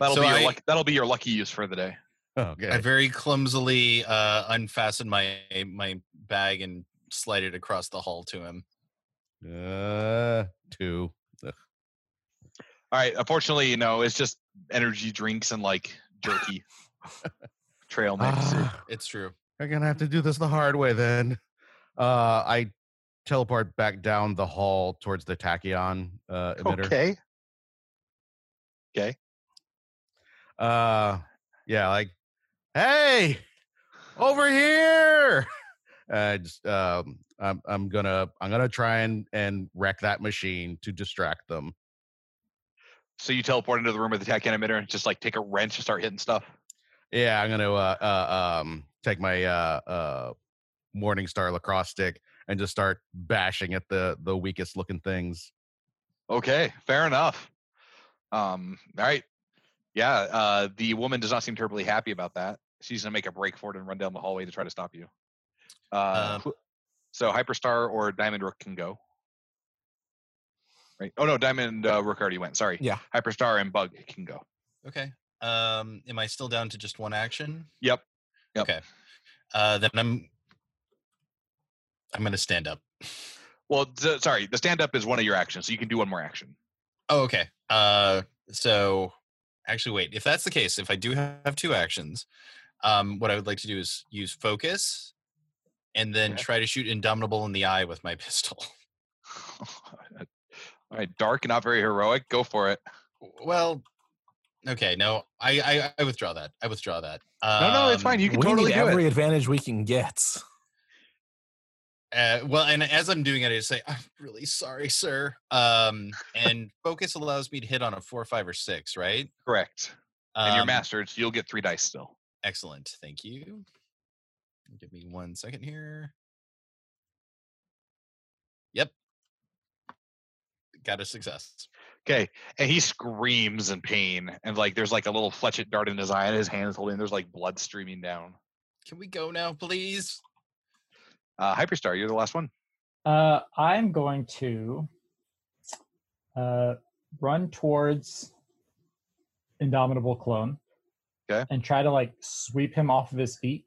[SPEAKER 2] That'll
[SPEAKER 1] So
[SPEAKER 2] be your
[SPEAKER 1] I-
[SPEAKER 2] luck, that'll be your lucky use for the day.
[SPEAKER 1] I
[SPEAKER 4] <laughs> okay.
[SPEAKER 1] very clumsily uh, unfastened my my bag and slide it across the hall to him.
[SPEAKER 4] Uh, two.
[SPEAKER 2] All right. Unfortunately, you know, it's just energy drinks and like jerky. Trail mix.
[SPEAKER 4] Ah,
[SPEAKER 1] It's true.
[SPEAKER 4] I'm gonna have to do this the hard way then. Uh, I teleport back down the hall towards the tachyon uh, emitter.
[SPEAKER 2] okay.
[SPEAKER 4] Uh, yeah, like, hey, over here. <laughs> Uh, just, um, I'm I'm gonna I'm gonna try and and wreck that machine to distract them.
[SPEAKER 2] So you teleport into the room with the tech emitter and just like take a wrench and start hitting stuff.
[SPEAKER 4] Yeah, I'm gonna uh, uh um take my uh uh morning star lacrosse stick and just start bashing at the the weakest looking things.
[SPEAKER 2] Okay, fair enough. Um, all right. Yeah, uh, the woman does not seem terribly happy about that. She's gonna make a break for it and run down the hallway to try to stop you. Uh,
[SPEAKER 1] Um,
[SPEAKER 2] who- so Hyperstar or Diamond Rook can go. Right. Oh no, Diamond uh, Rook already went. Sorry.
[SPEAKER 5] Yeah.
[SPEAKER 2] Hyperstar and Bug can go.
[SPEAKER 1] Okay. Um, am I still down to just one action?
[SPEAKER 2] Yep. Yep.
[SPEAKER 1] Okay. Uh, then I'm I'm gonna stand up.
[SPEAKER 2] Well, d- sorry, the stand up is one of your actions, so you can do one more action. <laughs>
[SPEAKER 1] Oh, okay. Uh, so actually, wait. If that's the case, if I do ha- have two actions, um, what I would like to do is use focus, and then
[SPEAKER 2] Okay.
[SPEAKER 1] try to shoot Indomitable in the eye with my <laughs> pistol.
[SPEAKER 2] all right, dark, not very heroic. Go for it.
[SPEAKER 1] Well, okay. No, I I, I withdraw that. I withdraw that.
[SPEAKER 2] No, no, it's
[SPEAKER 1] Um,
[SPEAKER 2] fine. You can
[SPEAKER 5] we
[SPEAKER 2] totally
[SPEAKER 5] need
[SPEAKER 2] do
[SPEAKER 5] every
[SPEAKER 2] it.
[SPEAKER 5] advantage we can get.
[SPEAKER 1] Uh, well, and as I'm doing it, I just say, "I'm really sorry, sir." Um, and focus allows me to hit on a four, five, or six, right?
[SPEAKER 2] Correct. and you're
[SPEAKER 1] Um,
[SPEAKER 2] mastered, so you'll get three dice still.
[SPEAKER 1] Excellent. Thank you. Give me one second here. Yep. Got a success.
[SPEAKER 2] Okay. And he screams in pain. And like there's like a little fletchet dart in his eye and his hand is holding there's like blood streaming down.
[SPEAKER 1] Can we go now, please?
[SPEAKER 2] Uh Hyperstar, you're the last one.
[SPEAKER 3] Uh, I'm going to uh, run towards Indomitable Clone.
[SPEAKER 2] 'Kay.
[SPEAKER 3] And try to like sweep him off of his feet.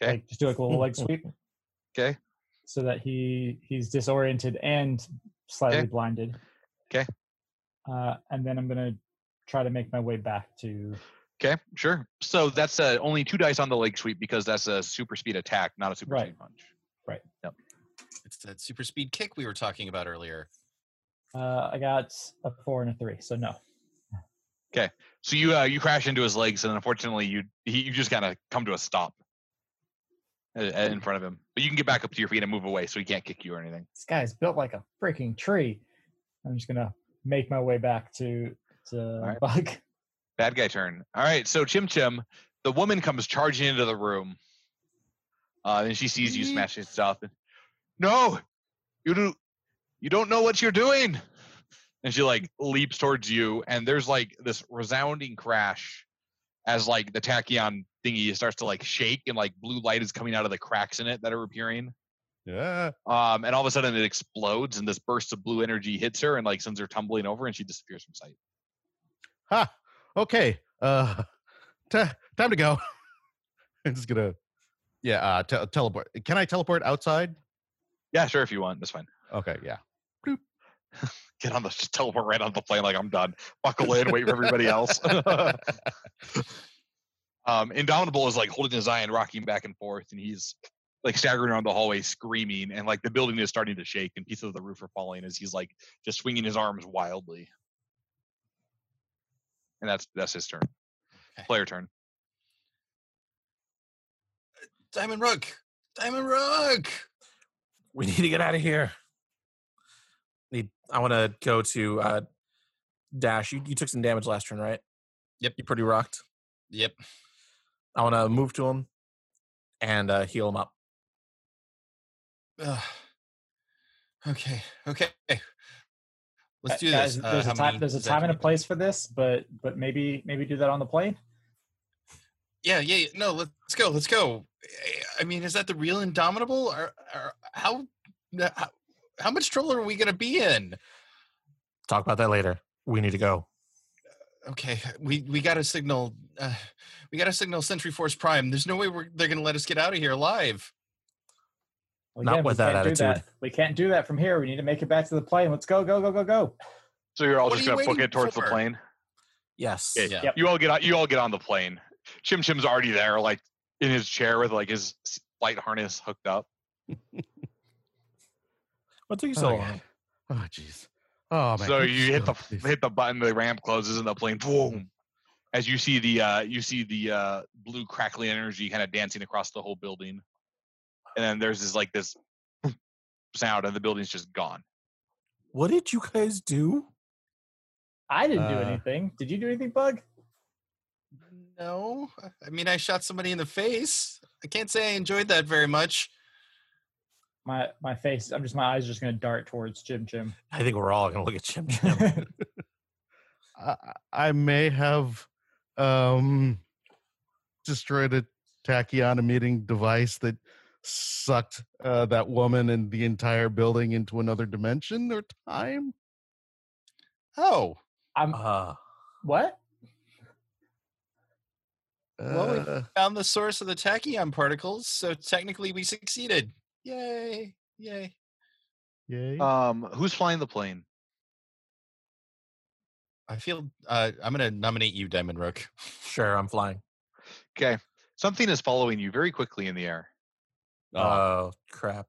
[SPEAKER 2] 'Kay.
[SPEAKER 3] Like just do like a little leg sweep.
[SPEAKER 2] 'Kay.
[SPEAKER 3] So that he he's disoriented and slightly
[SPEAKER 2] 'Kay.
[SPEAKER 3] blinded.
[SPEAKER 2] 'Kay.
[SPEAKER 3] Uh, and then I'm gonna try to make my way back to.
[SPEAKER 2] Okay, sure. So that's uh, only two dice on the leg sweep because that's a super speed attack, not a super
[SPEAKER 3] Right.
[SPEAKER 2] speed punch.
[SPEAKER 1] It's that super speed kick we were talking about earlier.
[SPEAKER 3] Uh, I got a four and a three, so no.
[SPEAKER 2] So you uh, you crash into his legs and unfortunately you he, you just kind of come to a stop uh, uh, in front of him. But you can get back up to your feet and move away so he can't kick you or anything.
[SPEAKER 3] This guy's built like a freaking tree. I'm just gonna make my way back to to
[SPEAKER 2] right.
[SPEAKER 3] Bug.
[SPEAKER 2] Bad guy turn. All right, so Chim Chim, the woman comes charging into the room, uh, and she sees you
[SPEAKER 4] Yeet.
[SPEAKER 2] smashing stuff. And, no, you do. You don't know what you're doing. And she like leaps towards you, and there's like this resounding crash as like the tachyon thingy starts to like shake, and like blue light is coming out of the cracks in it that are appearing.
[SPEAKER 4] Yeah.
[SPEAKER 2] Um, and all of a sudden it explodes, and this burst of blue energy hits her, and like sends her tumbling over, and she disappears from sight.
[SPEAKER 4] Ha. Okay. Uh, <laughs> t- time to go. <laughs> I'm just gonna. Yeah. Uh, te- teleport. Can I teleport outside?
[SPEAKER 2] Yeah, sure, if you want, that's fine.
[SPEAKER 4] Okay.
[SPEAKER 2] <laughs>
[SPEAKER 4] Yeah.
[SPEAKER 2] get on the <laughs> just teleport right on the plane like i'm done buckle in wait for
[SPEAKER 5] <laughs>
[SPEAKER 2] everybody else um indomitable is like holding his eye and rocking back and forth and he's like staggering around the hallway screaming and like the building is starting to shake and pieces of the roof are falling as he's like just swinging his arms wildly and that's that's his turn
[SPEAKER 1] Okay.
[SPEAKER 2] player turn
[SPEAKER 1] Diamond Rook! Diamond Rook!
[SPEAKER 5] We need to get out of here. Need, I want to go to uh, Dash. You, you took some damage last turn, right?
[SPEAKER 1] Yep.
[SPEAKER 5] You pretty rocked.
[SPEAKER 1] Yep.
[SPEAKER 5] I want to move to him and uh, heal him up.
[SPEAKER 1] Ugh. Okay, okay. Let's do
[SPEAKER 3] Guys,
[SPEAKER 1] this. Uh,
[SPEAKER 3] there's,
[SPEAKER 1] how
[SPEAKER 3] a time,
[SPEAKER 1] many
[SPEAKER 3] there's a
[SPEAKER 1] does that
[SPEAKER 3] time and a
[SPEAKER 1] need?
[SPEAKER 3] place for this, but but maybe maybe do that on the plane.
[SPEAKER 1] Yeah, yeah, yeah. No, let's go. Let's go. Eh, I mean, is that the real Indomitable? Or, or how, n- how? How much trouble are we going to be in?
[SPEAKER 5] Talk about that later. We need to go.
[SPEAKER 1] Okay, we we got to signal. Uh, we got to signal Sentry Force Prime. There's no way we're, they're going to let us get out of here alive.
[SPEAKER 3] Well,
[SPEAKER 5] Not with
[SPEAKER 3] we
[SPEAKER 5] that
[SPEAKER 3] can't do
[SPEAKER 5] attitude.
[SPEAKER 3] We can't do that from here. We need to make it back to the plane. Let's go, go, go, go, go.
[SPEAKER 2] So you're all
[SPEAKER 1] What
[SPEAKER 2] just
[SPEAKER 1] are you
[SPEAKER 2] gonna book
[SPEAKER 1] waiting
[SPEAKER 2] it towards
[SPEAKER 1] for?
[SPEAKER 2] the plane.
[SPEAKER 5] Yes.
[SPEAKER 2] Yeah.
[SPEAKER 1] Yeah.
[SPEAKER 3] Yep.
[SPEAKER 2] You all get on. You all get on the plane. Chim Chim's already there, like in his chair with like his s- flight harness hooked up.
[SPEAKER 5] What took you so
[SPEAKER 4] <laughs> Oh,
[SPEAKER 5] long?
[SPEAKER 4] God. Oh, jeez. Oh, man.
[SPEAKER 2] so
[SPEAKER 4] Let's
[SPEAKER 2] you hit
[SPEAKER 4] <laughs> go,
[SPEAKER 2] the
[SPEAKER 4] please.
[SPEAKER 2] hit the button, the ramp closes, and the plane boom. As you see the uh, you see the uh, blue crackly energy kind of dancing across the whole building, and then there's this like this <laughs> sound, and the building's just gone.
[SPEAKER 5] What did you guys do?
[SPEAKER 3] I didn't do
[SPEAKER 4] Uh,
[SPEAKER 3] anything. Did you do anything, Bug?
[SPEAKER 1] No, I mean I shot somebody in the face. I can't say I enjoyed that very much.
[SPEAKER 3] My my face. I'm just my eyes are just gonna dart towards Jim Jim.
[SPEAKER 5] I think we're all gonna look at Chim Chim.
[SPEAKER 3] Jim
[SPEAKER 4] I, I may have um, destroyed a tachyon emitting device that sucked uh, that woman and the entire building into another dimension or time.
[SPEAKER 1] Oh,
[SPEAKER 3] I'm
[SPEAKER 5] uh,
[SPEAKER 3] what?
[SPEAKER 1] Well, we-
[SPEAKER 4] Uh,
[SPEAKER 1] found the source of the tachyon particles, so technically we succeeded. Yay! Yay!
[SPEAKER 4] yay.
[SPEAKER 2] Um, who's flying the plane?
[SPEAKER 1] I feel uh, I'm going to nominate you, Diamond Rook.
[SPEAKER 5] sure, I'm flying.
[SPEAKER 2] Okay, something is following you very quickly in the air.
[SPEAKER 5] Oh, crap.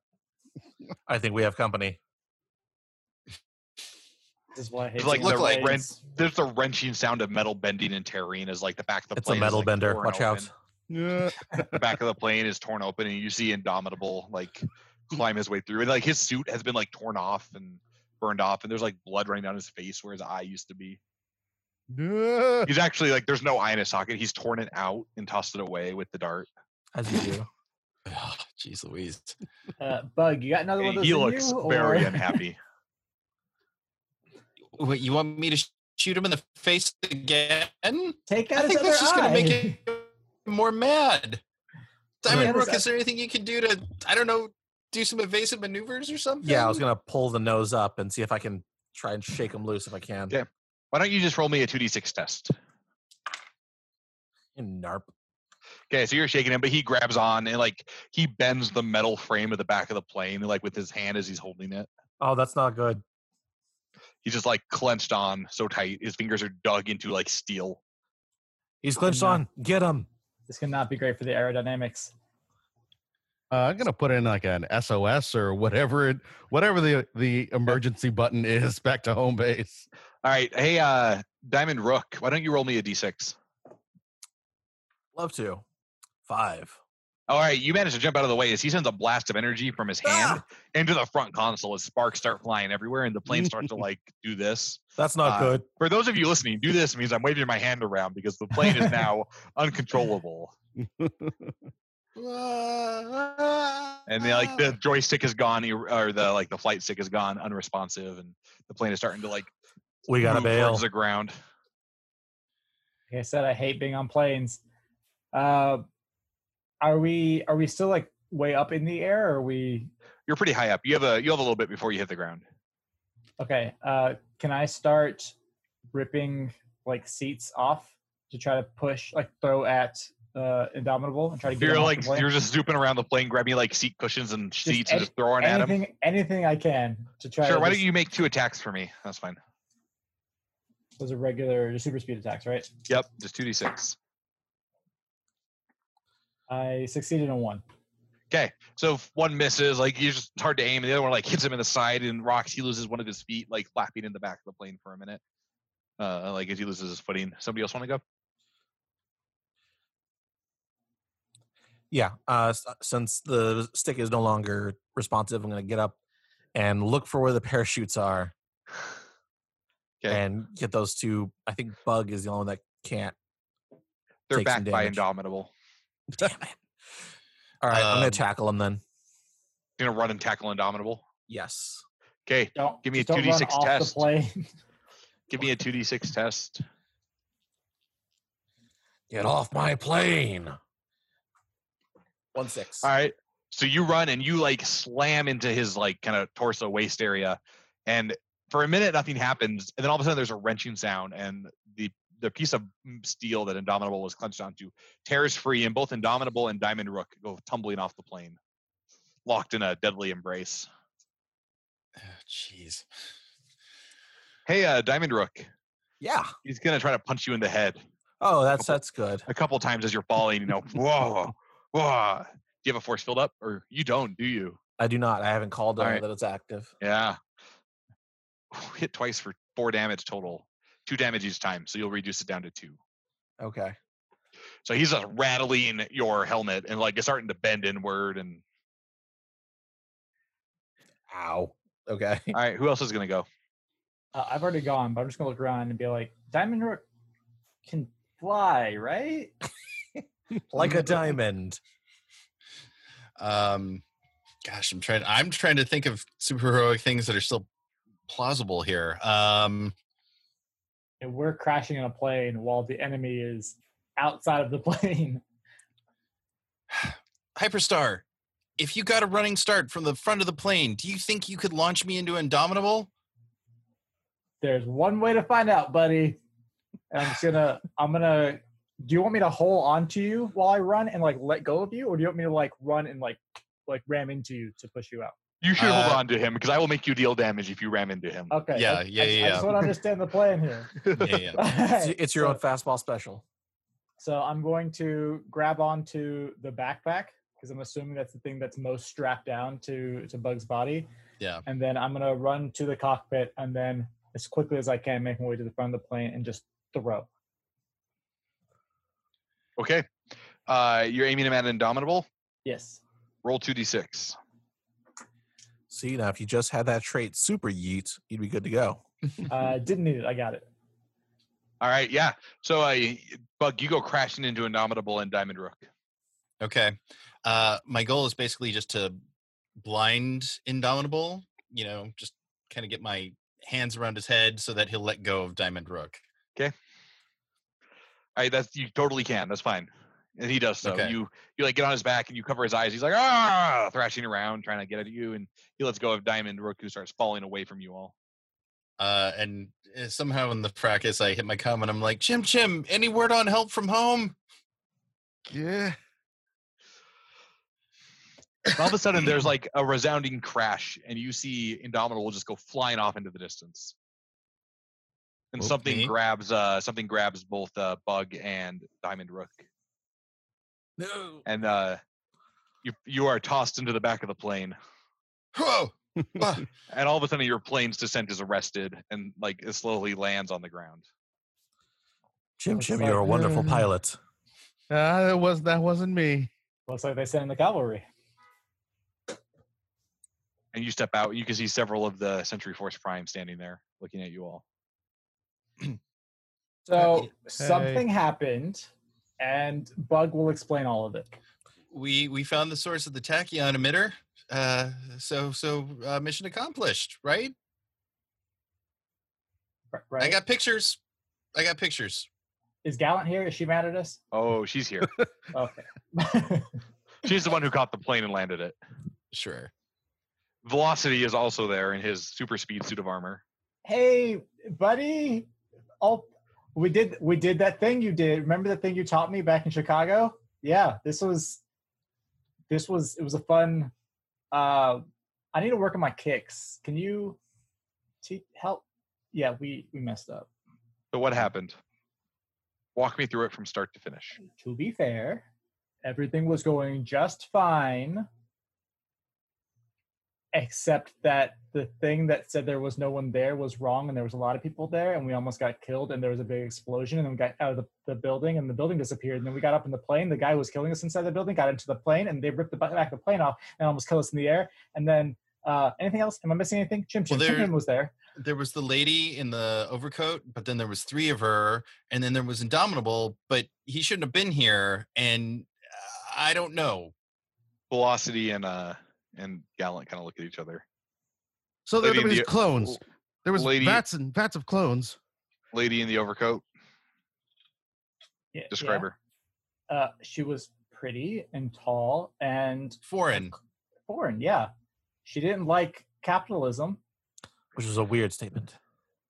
[SPEAKER 5] I think we have company.
[SPEAKER 3] This is why I hate
[SPEAKER 2] It's like
[SPEAKER 3] doing
[SPEAKER 1] look like
[SPEAKER 3] planes.
[SPEAKER 2] There's the wrenching sound of metal bending and tearing as like the back of the
[SPEAKER 5] It's a
[SPEAKER 2] plane. is,
[SPEAKER 5] metal
[SPEAKER 2] like,
[SPEAKER 5] bender.
[SPEAKER 2] torn
[SPEAKER 5] Watch out.
[SPEAKER 2] open.
[SPEAKER 4] yeah.
[SPEAKER 2] the back of the plane is torn open and you see indomitable like climb his way through and like his suit has been like torn off and burned off and there's like blood running down his face where his eye used to be
[SPEAKER 4] <laughs> Yeah.
[SPEAKER 2] he's actually like there's no eye in his socket he's torn it out and tossed it away with the dart
[SPEAKER 5] As you do.
[SPEAKER 1] Ugh, Jeez Louise.
[SPEAKER 3] Uh, Bug, you got another one of
[SPEAKER 2] And
[SPEAKER 3] those.
[SPEAKER 2] he
[SPEAKER 3] in
[SPEAKER 2] looks
[SPEAKER 3] you,
[SPEAKER 2] very
[SPEAKER 3] or-
[SPEAKER 2] unhappy
[SPEAKER 1] <laughs> Wait, you want me to sh- shoot him in the face again? I
[SPEAKER 3] Take out his
[SPEAKER 1] think
[SPEAKER 3] other
[SPEAKER 1] that's just going to make
[SPEAKER 3] eye.
[SPEAKER 1] it more
[SPEAKER 2] <laughs>
[SPEAKER 1] mad. Diamond
[SPEAKER 3] Yeah,
[SPEAKER 1] Rook,
[SPEAKER 3] that's-
[SPEAKER 1] is there anything you can do to, I don't know, do some evasive maneuvers or something?
[SPEAKER 5] Yeah, I was gonna pull the nose up and see if I can try and shake him loose if I can.
[SPEAKER 2] Yeah. why don't you just roll me a 2d6 test
[SPEAKER 5] Narp.
[SPEAKER 2] okay so you're shaking him but he grabs on and like he bends the metal frame of the back of the plane like with his hand as he's holding it
[SPEAKER 5] Oh, that's not good.
[SPEAKER 2] he's just like clenched on so tight his fingers are dug into like steel
[SPEAKER 5] He's
[SPEAKER 2] Oh,
[SPEAKER 5] clinched
[SPEAKER 3] Narp.
[SPEAKER 5] on. Get him.
[SPEAKER 3] <laughs> This cannot be great for the aerodynamics.
[SPEAKER 4] Uh, I'm gonna put in like an SOS or whatever it, whatever the the emergency button is <laughs> back to home base.
[SPEAKER 2] All right. Hey, uh, Diamond Rook, why don't you roll me a d6?
[SPEAKER 5] Love to. Five.
[SPEAKER 2] All right, you managed to jump out of the way as he sends a blast of energy from his hand
[SPEAKER 5] Ah!
[SPEAKER 2] into the front console as sparks start flying everywhere and the plane starts to like do this.
[SPEAKER 5] That's not
[SPEAKER 2] Uh,
[SPEAKER 5] good.
[SPEAKER 2] For those of you listening, do this means I'm waving my hand around because the plane is now uncontrollable. <laughs> And they, like the joystick is gone er- or the like the flight stick is gone, unresponsive, and the plane is starting to like
[SPEAKER 5] We gotta
[SPEAKER 2] move
[SPEAKER 5] bail.
[SPEAKER 2] towards the ground.
[SPEAKER 3] Like I said, I hate being on planes. Uh, are we are we still like way up in the air? Or are we
[SPEAKER 2] You're pretty high up. You have a you have a little bit before you hit the ground.
[SPEAKER 3] okay? Uh, can I start ripping like seats off to try to push, like throw at uh, Indomitable and try to get
[SPEAKER 2] You're
[SPEAKER 3] him off
[SPEAKER 2] like
[SPEAKER 3] the plane?
[SPEAKER 2] you're just zooping around the plane, grabbing like seat cushions and seats and
[SPEAKER 3] any-
[SPEAKER 2] just throwing at him.
[SPEAKER 3] anything anything I can to try.
[SPEAKER 2] Sure.
[SPEAKER 3] to
[SPEAKER 2] Why don't
[SPEAKER 3] just-
[SPEAKER 2] you make two attacks for me? That's fine.
[SPEAKER 3] Those are regular just super speed attacks, right?
[SPEAKER 2] Yep. Just two d six.
[SPEAKER 3] I succeeded in one.
[SPEAKER 2] Okay. So if one misses, like you just it's hard to aim, and the other one like hits him in the side and rocks. He loses one of his feet, like flapping in the back of the plane for a minute. Uh, like as he loses his footing. Somebody else want to go?
[SPEAKER 5] Yeah. Uh, s- since the stick is no longer responsive, I'm gonna get up and look for where the parachutes are
[SPEAKER 2] 'Kay.
[SPEAKER 5] and get those two. I think Bug is the only one that can't.
[SPEAKER 2] They're
[SPEAKER 5] Take some
[SPEAKER 2] backed by
[SPEAKER 5] damage.
[SPEAKER 2] Indomitable.
[SPEAKER 5] Damn it. <laughs> All right, I'm gonna
[SPEAKER 1] Um,
[SPEAKER 5] tackle him then.
[SPEAKER 2] You're gonna run and tackle Indomitable.
[SPEAKER 5] Yes.
[SPEAKER 2] Okay.
[SPEAKER 3] Don't
[SPEAKER 2] Give me a
[SPEAKER 3] just don't run
[SPEAKER 2] 2d6
[SPEAKER 3] off
[SPEAKER 2] test.
[SPEAKER 3] The plane. <laughs>
[SPEAKER 2] Give me a two d six test.
[SPEAKER 5] Get off my plane. One six.
[SPEAKER 2] All right. So you run and you like slam into his like kind of torso waist area, and for a minute nothing happens, and then all of a sudden there's a wrenching sound, and the the piece of steel that Indomitable was clenched onto tears free, and both Indomitable and Diamond Rook go tumbling off the plane, locked in a deadly embrace.
[SPEAKER 1] Jeez.
[SPEAKER 2] Hey, uh, Diamond Rook,
[SPEAKER 5] Yeah.
[SPEAKER 2] he's gonna try to punch you in the head
[SPEAKER 5] Oh, that's that's good.
[SPEAKER 2] a couple times as you're falling. You know, whoa, whoa. Do you have a force field up, or you don't? Do you?
[SPEAKER 5] I do not. I haven't called
[SPEAKER 2] All
[SPEAKER 5] on
[SPEAKER 2] right.
[SPEAKER 5] that it's active.
[SPEAKER 2] Yeah. <laughs> Hit twice for four damage total. Two damage each time, so you'll reduce it down to two.
[SPEAKER 5] Okay.
[SPEAKER 2] So he's just rattling your helmet and like it's starting to bend inward. And
[SPEAKER 5] Ow. Okay.
[SPEAKER 2] all right, who else is gonna go?
[SPEAKER 3] Uh, I've already gone, but I'm just gonna look around and be like, Diamond Rook can fly, right?
[SPEAKER 5] <laughs> like a diamond.
[SPEAKER 1] Um, gosh, I'm trying. I'm trying to think of superheroic things that are still plausible here. Um,
[SPEAKER 3] And we're crashing in a plane while the enemy is outside of the <laughs> plane.
[SPEAKER 1] Hyperstar, if you got a running start from the front of the plane, do you think you could launch me into Indomitable?
[SPEAKER 3] There's one way to find out, buddy. And I'm
[SPEAKER 1] <laughs>
[SPEAKER 3] just gonna, I'm gonna. Do you want me to hold on to you while I run and like let go of you, or do you want me to like run and like like ram into you to push you out?
[SPEAKER 2] You should
[SPEAKER 1] Uh,
[SPEAKER 2] hold on to him because I will make you deal damage if you ram into him.
[SPEAKER 3] Okay.
[SPEAKER 1] Yeah,
[SPEAKER 3] I-
[SPEAKER 1] yeah,
[SPEAKER 3] I,
[SPEAKER 1] yeah,
[SPEAKER 3] I
[SPEAKER 1] yeah.
[SPEAKER 3] just want to understand the
[SPEAKER 1] <laughs>
[SPEAKER 3] plan here.
[SPEAKER 1] Yeah, yeah.
[SPEAKER 5] It's, it's your
[SPEAKER 3] so,
[SPEAKER 5] own fastball special.
[SPEAKER 3] So I'm going to grab onto the backpack because I'm assuming that's the thing that's most strapped down to to Bug's body.
[SPEAKER 1] Yeah.
[SPEAKER 3] And then I'm gonna run to the cockpit and then as quickly as I can make my way to the front of the plane and just throw.
[SPEAKER 2] Okay. Uh, you're aiming him at Indomitable.
[SPEAKER 3] Yes.
[SPEAKER 2] Roll 2d6.
[SPEAKER 5] See now, if you just had that trait, super yeet, you'd be good to go.
[SPEAKER 3] Uh, didn't need it. I got it.
[SPEAKER 2] All right, yeah. So, uh, Bug, you go crashing into Indomitable and Diamond Rook.
[SPEAKER 1] Okay. Uh, my goal is basically just to blind Indomitable, you know, just kind of get my hands around his head so that he'll let go of Diamond Rook.
[SPEAKER 2] All right, that's you totally can. That's fine. And he does so.
[SPEAKER 1] Okay.
[SPEAKER 2] You you like get on his back and you cover his eyes. He's like ah, thrashing around trying to get at you, and he lets go of Diamond. Roku starts falling away from you all.
[SPEAKER 1] Uh, and uh, somehow in the practice, I hit my com and I'm like, Chim Chim, any word on help from home?
[SPEAKER 4] <laughs> Yeah.
[SPEAKER 2] And all of a
[SPEAKER 1] <laughs>
[SPEAKER 2] sudden, there's like a resounding crash, and you see Indomitable just go flying off into the distance. And something
[SPEAKER 1] Okay.
[SPEAKER 2] grabs uh something grabs both uh Bug and Diamond Rook,
[SPEAKER 5] No.
[SPEAKER 2] and uh you you are tossed into the back of the plane.
[SPEAKER 1] Whoa! Ah,
[SPEAKER 2] And all of a sudden, your plane's descent is arrested, and like it slowly lands on the ground.
[SPEAKER 5] Jim,
[SPEAKER 3] It's
[SPEAKER 5] Jim,
[SPEAKER 3] like,
[SPEAKER 5] you're a wonderful
[SPEAKER 4] uh,
[SPEAKER 5] pilot.
[SPEAKER 4] Uh, that was that wasn't me.
[SPEAKER 3] Looks like they sent in the cavalry.
[SPEAKER 2] and you step out, you can see several of the Sentry Force Prime standing there looking at you all.
[SPEAKER 3] So
[SPEAKER 1] Hey.
[SPEAKER 3] something happened, and Bug will explain all of it.
[SPEAKER 1] we we found the source of the tachyon emitter. Uh, so so uh, mission accomplished, right?
[SPEAKER 3] R- Right?
[SPEAKER 1] I got pictures. I got pictures.
[SPEAKER 3] Is Gallant here? Is she mad at us?
[SPEAKER 2] Oh, she's here.
[SPEAKER 1] <laughs>
[SPEAKER 3] Okay.
[SPEAKER 2] she's the one who caught the plane and landed it.
[SPEAKER 1] Sure.
[SPEAKER 2] Velocity is also there in his super speed suit of armor.
[SPEAKER 3] hey, buddy. Oh, we did we did that thing you did. Remember the thing you taught me back in Chicago? Yeah, this was this was it was a fun. Uh, I need to work on my kicks. Can you te- help? Yeah, we we messed up.
[SPEAKER 2] So what happened? Walk me through it from start to finish.
[SPEAKER 3] to be fair, everything was going just fine. Except that the thing that said there was no one there was wrong, and there was a lot of people there, and we almost got killed, and there was a big explosion, and then we got out of the, the building, and the building disappeared. And then we got up in the plane. The guy who was killing us inside the building got into the plane, and they ripped the bu- back of the plane off and almost killed us in the air. And then uh, anything else? Am I missing anything? Chim Chim,
[SPEAKER 1] Well,
[SPEAKER 3] Chim
[SPEAKER 1] there-
[SPEAKER 3] Chim was there.
[SPEAKER 1] There was the lady in the overcoat, but then there was three of her, and then there was Indomitable, but he shouldn't have been here. And uh, I don't know.
[SPEAKER 2] Velocity and uh and Gallant kind of look at each other.
[SPEAKER 4] So there,
[SPEAKER 2] Lady
[SPEAKER 4] there
[SPEAKER 2] in
[SPEAKER 4] was
[SPEAKER 2] the- oh,
[SPEAKER 4] clones. There was
[SPEAKER 2] Lady-
[SPEAKER 4] bats and bats of clones.
[SPEAKER 2] Lady in the overcoat,
[SPEAKER 3] Yeah,
[SPEAKER 2] describe
[SPEAKER 3] yeah. Uh, she was pretty and tall and
[SPEAKER 1] Foreign.
[SPEAKER 3] foreign. Yeah, she didn't like capitalism,
[SPEAKER 5] which was a weird statement.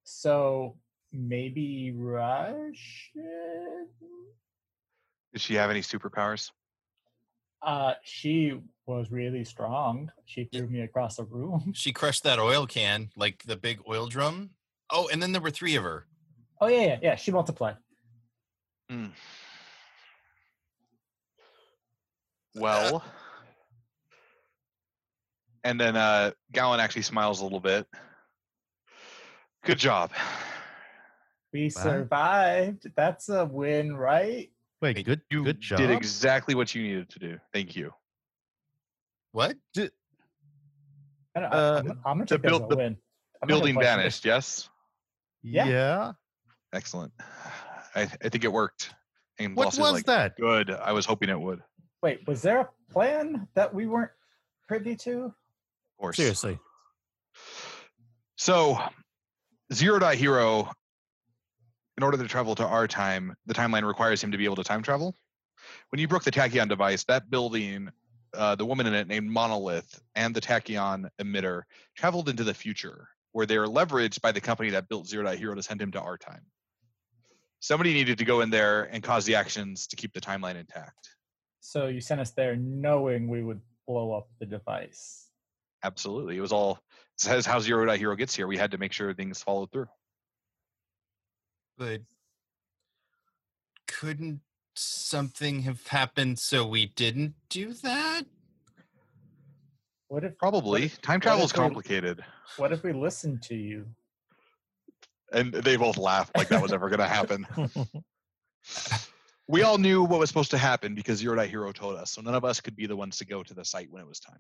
[SPEAKER 3] so maybe Russian.
[SPEAKER 2] Does she have any superpowers?
[SPEAKER 3] Uh, she was really strong. She threw me across the room. <laughs>
[SPEAKER 1] She crushed that oil can, like the big oil drum. Oh, and then there were three of her.
[SPEAKER 3] Oh yeah, yeah, yeah. She multiplied.
[SPEAKER 4] Uh,
[SPEAKER 2] Hmm. Well, and then uh, Gowan actually smiles a little bit. Good job.
[SPEAKER 3] We survived. That's a win, right?
[SPEAKER 4] Wait, good,
[SPEAKER 2] You
[SPEAKER 4] good job.
[SPEAKER 2] did exactly what you needed to do. Thank you.
[SPEAKER 1] What?
[SPEAKER 3] I don't,
[SPEAKER 4] Uh,
[SPEAKER 3] I'm, I'm gonna
[SPEAKER 2] the
[SPEAKER 3] take that as
[SPEAKER 2] build-
[SPEAKER 3] a
[SPEAKER 2] the
[SPEAKER 3] win. I'm not gonna
[SPEAKER 2] Building
[SPEAKER 3] question it.
[SPEAKER 2] vanished. Yes.
[SPEAKER 3] yeah.
[SPEAKER 4] yeah.
[SPEAKER 2] Excellent. I, th- I think it worked. And
[SPEAKER 4] What
[SPEAKER 2] Bloss is
[SPEAKER 4] was
[SPEAKER 2] like,
[SPEAKER 4] that?
[SPEAKER 2] Good. I was hoping it would. Of
[SPEAKER 3] Wait, was there a plan that we weren't privy to?
[SPEAKER 2] course.
[SPEAKER 5] Seriously,
[SPEAKER 2] So, Zero Dot Hero, in order to travel to our time, the timeline requires him to be able to time travel. When you broke the tachyon device, that building, uh, the woman in it named Monolith, and the tachyon emitter traveled into the future, where they were leveraged by the company that built Zero Dot Hero to send him to our time. Somebody needed to go in there and cause the actions to keep the timeline intact.
[SPEAKER 3] So you sent us there knowing we would blow up the device.
[SPEAKER 2] Absolutely. It was all, this is how Zero Dot Hero gets here. We had to make sure things followed through.
[SPEAKER 1] But couldn't something have happened so we didn't do that?
[SPEAKER 3] What if
[SPEAKER 2] Probably. Time
[SPEAKER 3] what
[SPEAKER 2] travel is
[SPEAKER 3] if we-
[SPEAKER 2] complicated.
[SPEAKER 3] what if we listened to you?
[SPEAKER 2] And they both laughed like that was ever going to happen. we all knew what was supposed to happen because Zero Dot Hero told us. So none of us could be the ones to go to the site when it was time.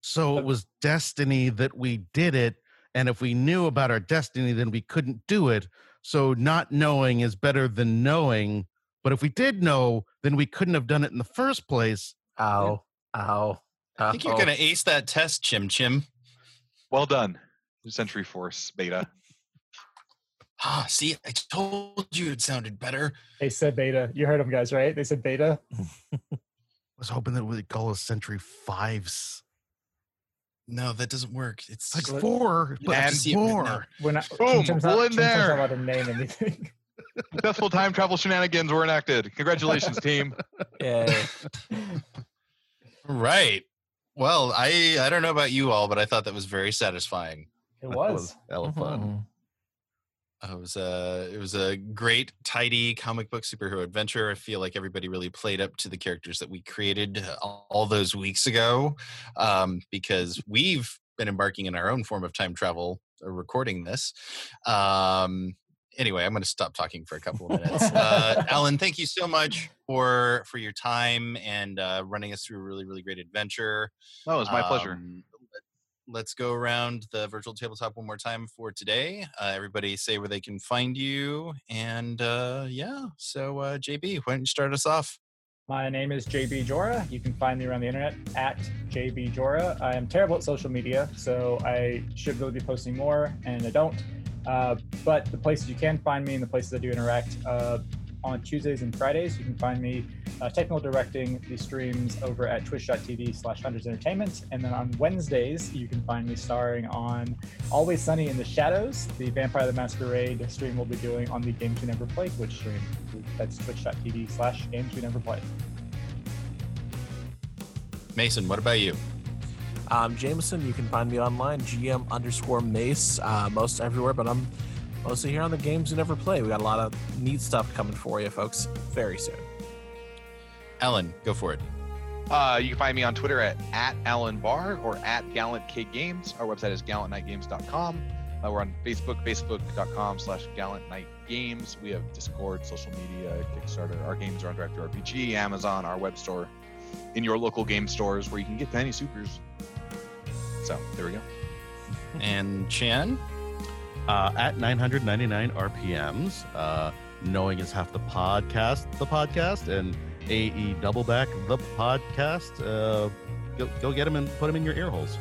[SPEAKER 4] So it
[SPEAKER 3] But-
[SPEAKER 4] was destiny that we did it. And if we knew about our destiny, then we couldn't do it. So not knowing is better than knowing. But if we did know, then we couldn't have done it in the first place.
[SPEAKER 5] ow, ow.
[SPEAKER 1] I think you're
[SPEAKER 5] uh-oh.
[SPEAKER 1] going to ace that test, Chim Chim.
[SPEAKER 2] Well done, Century Force Beta.
[SPEAKER 1] Ah, see, I told you it sounded better.
[SPEAKER 3] They said beta. You heard them guys, right? They said beta.
[SPEAKER 4] I was hoping that we'd call us Century Fives.
[SPEAKER 1] No, that doesn't work. It's
[SPEAKER 4] Like
[SPEAKER 3] Sure.
[SPEAKER 4] four,
[SPEAKER 1] You
[SPEAKER 4] but
[SPEAKER 1] have to see it written
[SPEAKER 4] more.
[SPEAKER 1] out.
[SPEAKER 3] We're not.
[SPEAKER 2] Boom,
[SPEAKER 3] Chimchim's
[SPEAKER 2] well in
[SPEAKER 3] Chimchim's
[SPEAKER 2] there.
[SPEAKER 3] Not allowed to name anything. <laughs>
[SPEAKER 2] Successful time travel shenanigans were enacted. Congratulations, team.
[SPEAKER 5] Yay.
[SPEAKER 1] right. Well, I I don't know about you all, but I thought that was very satisfying.
[SPEAKER 3] It was.
[SPEAKER 4] hella fun.
[SPEAKER 5] Mhm.
[SPEAKER 1] Uh, It was a it was a great, tidy comic book superhero adventure. I feel like everybody really played up to the characters that we created uh, all those weeks ago, um, because we've been embarking in our own form of time travel. uh, Recording this. Um, anyway, I'm going to stop talking for a couple of minutes. Uh, Alan, thank you so much for for your time and uh, running us through a really really great adventure.
[SPEAKER 2] No, it was my pleasure.
[SPEAKER 1] Um, let- Let's go around the virtual tabletop one more time for today. Uh, everybody say where they can find you. And uh, yeah, so uh, JB, why don't you start us off?
[SPEAKER 3] My name is JB Jora. You can find me around the internet at JB Jora. I am terrible at social media, so I should really be posting more, and I don't. Uh, but the places you can find me and the places I do interact uh, on Tuesdays and Fridays, you can find me uh, technical directing the streams over at twitch.tv slash hunters entertainment. And then on Wednesdays, you can find me starring on Always Sunny in the Shadows, the Vampire the Masquerade stream we'll be doing on the Games We Never Played Twitch stream. That's twitch.tv slash games we never played.
[SPEAKER 1] Mason, what about you?
[SPEAKER 5] Um, Jameson, you can find me online, GM underscore Mace, uh, most everywhere, but I'm mostly here on the games you never play. We got a lot of neat stuff coming for you, folks, very soon.
[SPEAKER 1] Alan, go for it.
[SPEAKER 2] Uh, you can find me on Twitter at, at Alan Barr or at Gallant K Games. Our website is gallantnightgames.com. Uh, we're on Facebook, facebook.com slash Gallant Night Games. We have Discord, social media, Kickstarter. Our games are on Director RPG, Amazon, our web store, in your local game stores where you can get any supers. So there we go.
[SPEAKER 1] And Chan?
[SPEAKER 4] uh, at 999 RPMs. Uh, Knowing is half the podcast, the podcast, and AE double back the podcast. Uh, go, go get them and put them in your ear holes.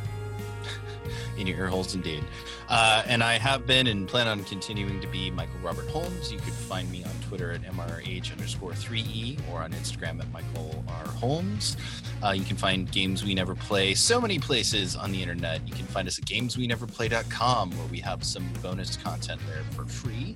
[SPEAKER 1] in your ear holes indeed. Uh, and I have been and plan on continuing to be Michael Robert Holmes. You could find me on Twitter at MRH underscore 3E or on Instagram at Michael R. Holmes. Uh, you can find Games We Never Play so many places on the internet. You can find us at gamesweneverplay.com where we have some bonus content there for free.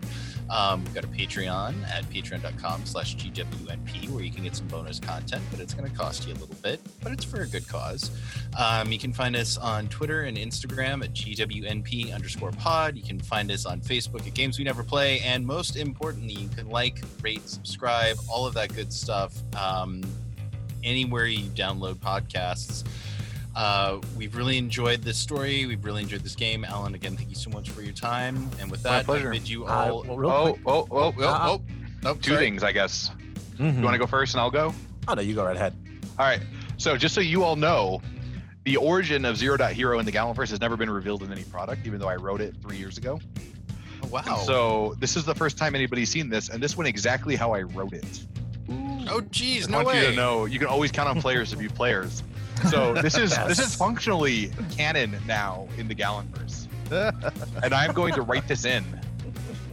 [SPEAKER 1] Um, we've got a Patreon at patreon.com slash GWNP where you can get some bonus content, but it's going to cost you a little bit, but it's for a good cause. Um, you can find us on Twitter and Instagram at GWNP underscore pod. You can find us on Facebook at Games We Never Play. And most importantly, you can like, rate, subscribe, all of that good stuff um, anywhere you download podcasts. Uh, we've really enjoyed this story. We've really enjoyed this game. Alan, again, thank you so much for your time. And with
[SPEAKER 2] My
[SPEAKER 1] that, I
[SPEAKER 2] pleasure.
[SPEAKER 1] bid you
[SPEAKER 5] Uh,
[SPEAKER 1] all.
[SPEAKER 5] well, real
[SPEAKER 2] Oh,
[SPEAKER 5] quick-
[SPEAKER 2] oh, oh, oh,
[SPEAKER 5] Uh,
[SPEAKER 2] oh.
[SPEAKER 1] Nope,
[SPEAKER 2] Two
[SPEAKER 1] sorry.
[SPEAKER 2] things, I guess.
[SPEAKER 5] Mhm.
[SPEAKER 2] You want to go first and I'll go?
[SPEAKER 5] Oh no, you go right ahead.
[SPEAKER 2] All right. So just so you all know, the origin of Zero Dot Hero in the Gallonverse has never been revealed in any product, even though I wrote it three years ago.
[SPEAKER 1] Oh, wow.
[SPEAKER 2] And so this is the first time anybody's seen this, and this went exactly how I wrote it.
[SPEAKER 1] oh, geez,
[SPEAKER 2] I
[SPEAKER 1] no
[SPEAKER 2] want you
[SPEAKER 1] way.
[SPEAKER 2] to know you can always count on players to be players. So this is this is functionally canon now in the Gallonverse, and I'm going to write this in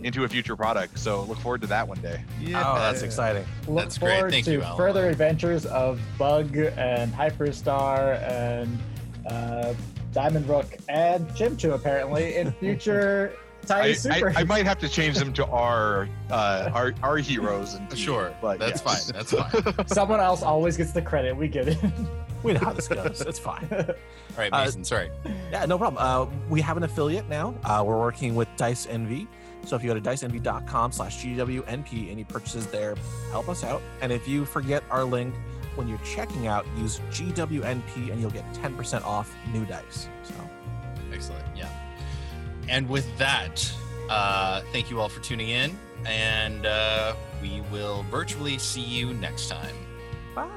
[SPEAKER 2] into a future product. So look forward to that one day.
[SPEAKER 5] Oh, that's exciting.
[SPEAKER 3] Look
[SPEAKER 1] That's great.
[SPEAKER 3] forward
[SPEAKER 1] Thank
[SPEAKER 3] to
[SPEAKER 1] you, Alan.
[SPEAKER 3] further adventures of Bug and Hyperstar and uh, Diamond Rook and Chimchu, apparently,
[SPEAKER 1] <laughs>
[SPEAKER 3] in future Tiny
[SPEAKER 2] I, I,
[SPEAKER 3] Super.
[SPEAKER 2] I might have to change them to our uh, our our heroes. And
[SPEAKER 1] Sure,
[SPEAKER 2] But
[SPEAKER 1] that's
[SPEAKER 2] yes.
[SPEAKER 1] fine. That's
[SPEAKER 2] <laughs>
[SPEAKER 1] fine. All
[SPEAKER 3] <laughs> Someone else always gets the credit. We get it. <laughs>
[SPEAKER 5] We know how
[SPEAKER 2] <laughs>
[SPEAKER 5] this goes. It's fine.
[SPEAKER 1] right,
[SPEAKER 5] Uh,
[SPEAKER 1] Mason. sorry.
[SPEAKER 5] Yeah, no problem. Uh, we have an affiliate now. Uh, we're working with Dice NV. So if you go to diceenvy.com slash GWNP, any purchases there help us out. And if you forget our link when you're checking out, use GWNP and you'll get 10% off new dice. So
[SPEAKER 1] Excellent. Yeah. And with that, uh, thank you all for tuning in, and uh, we will virtually see you next time.
[SPEAKER 5] bye.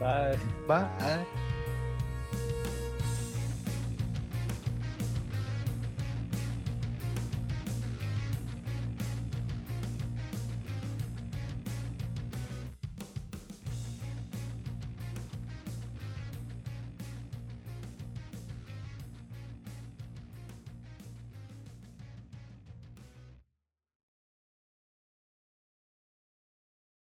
[SPEAKER 3] Bye.
[SPEAKER 2] Bye.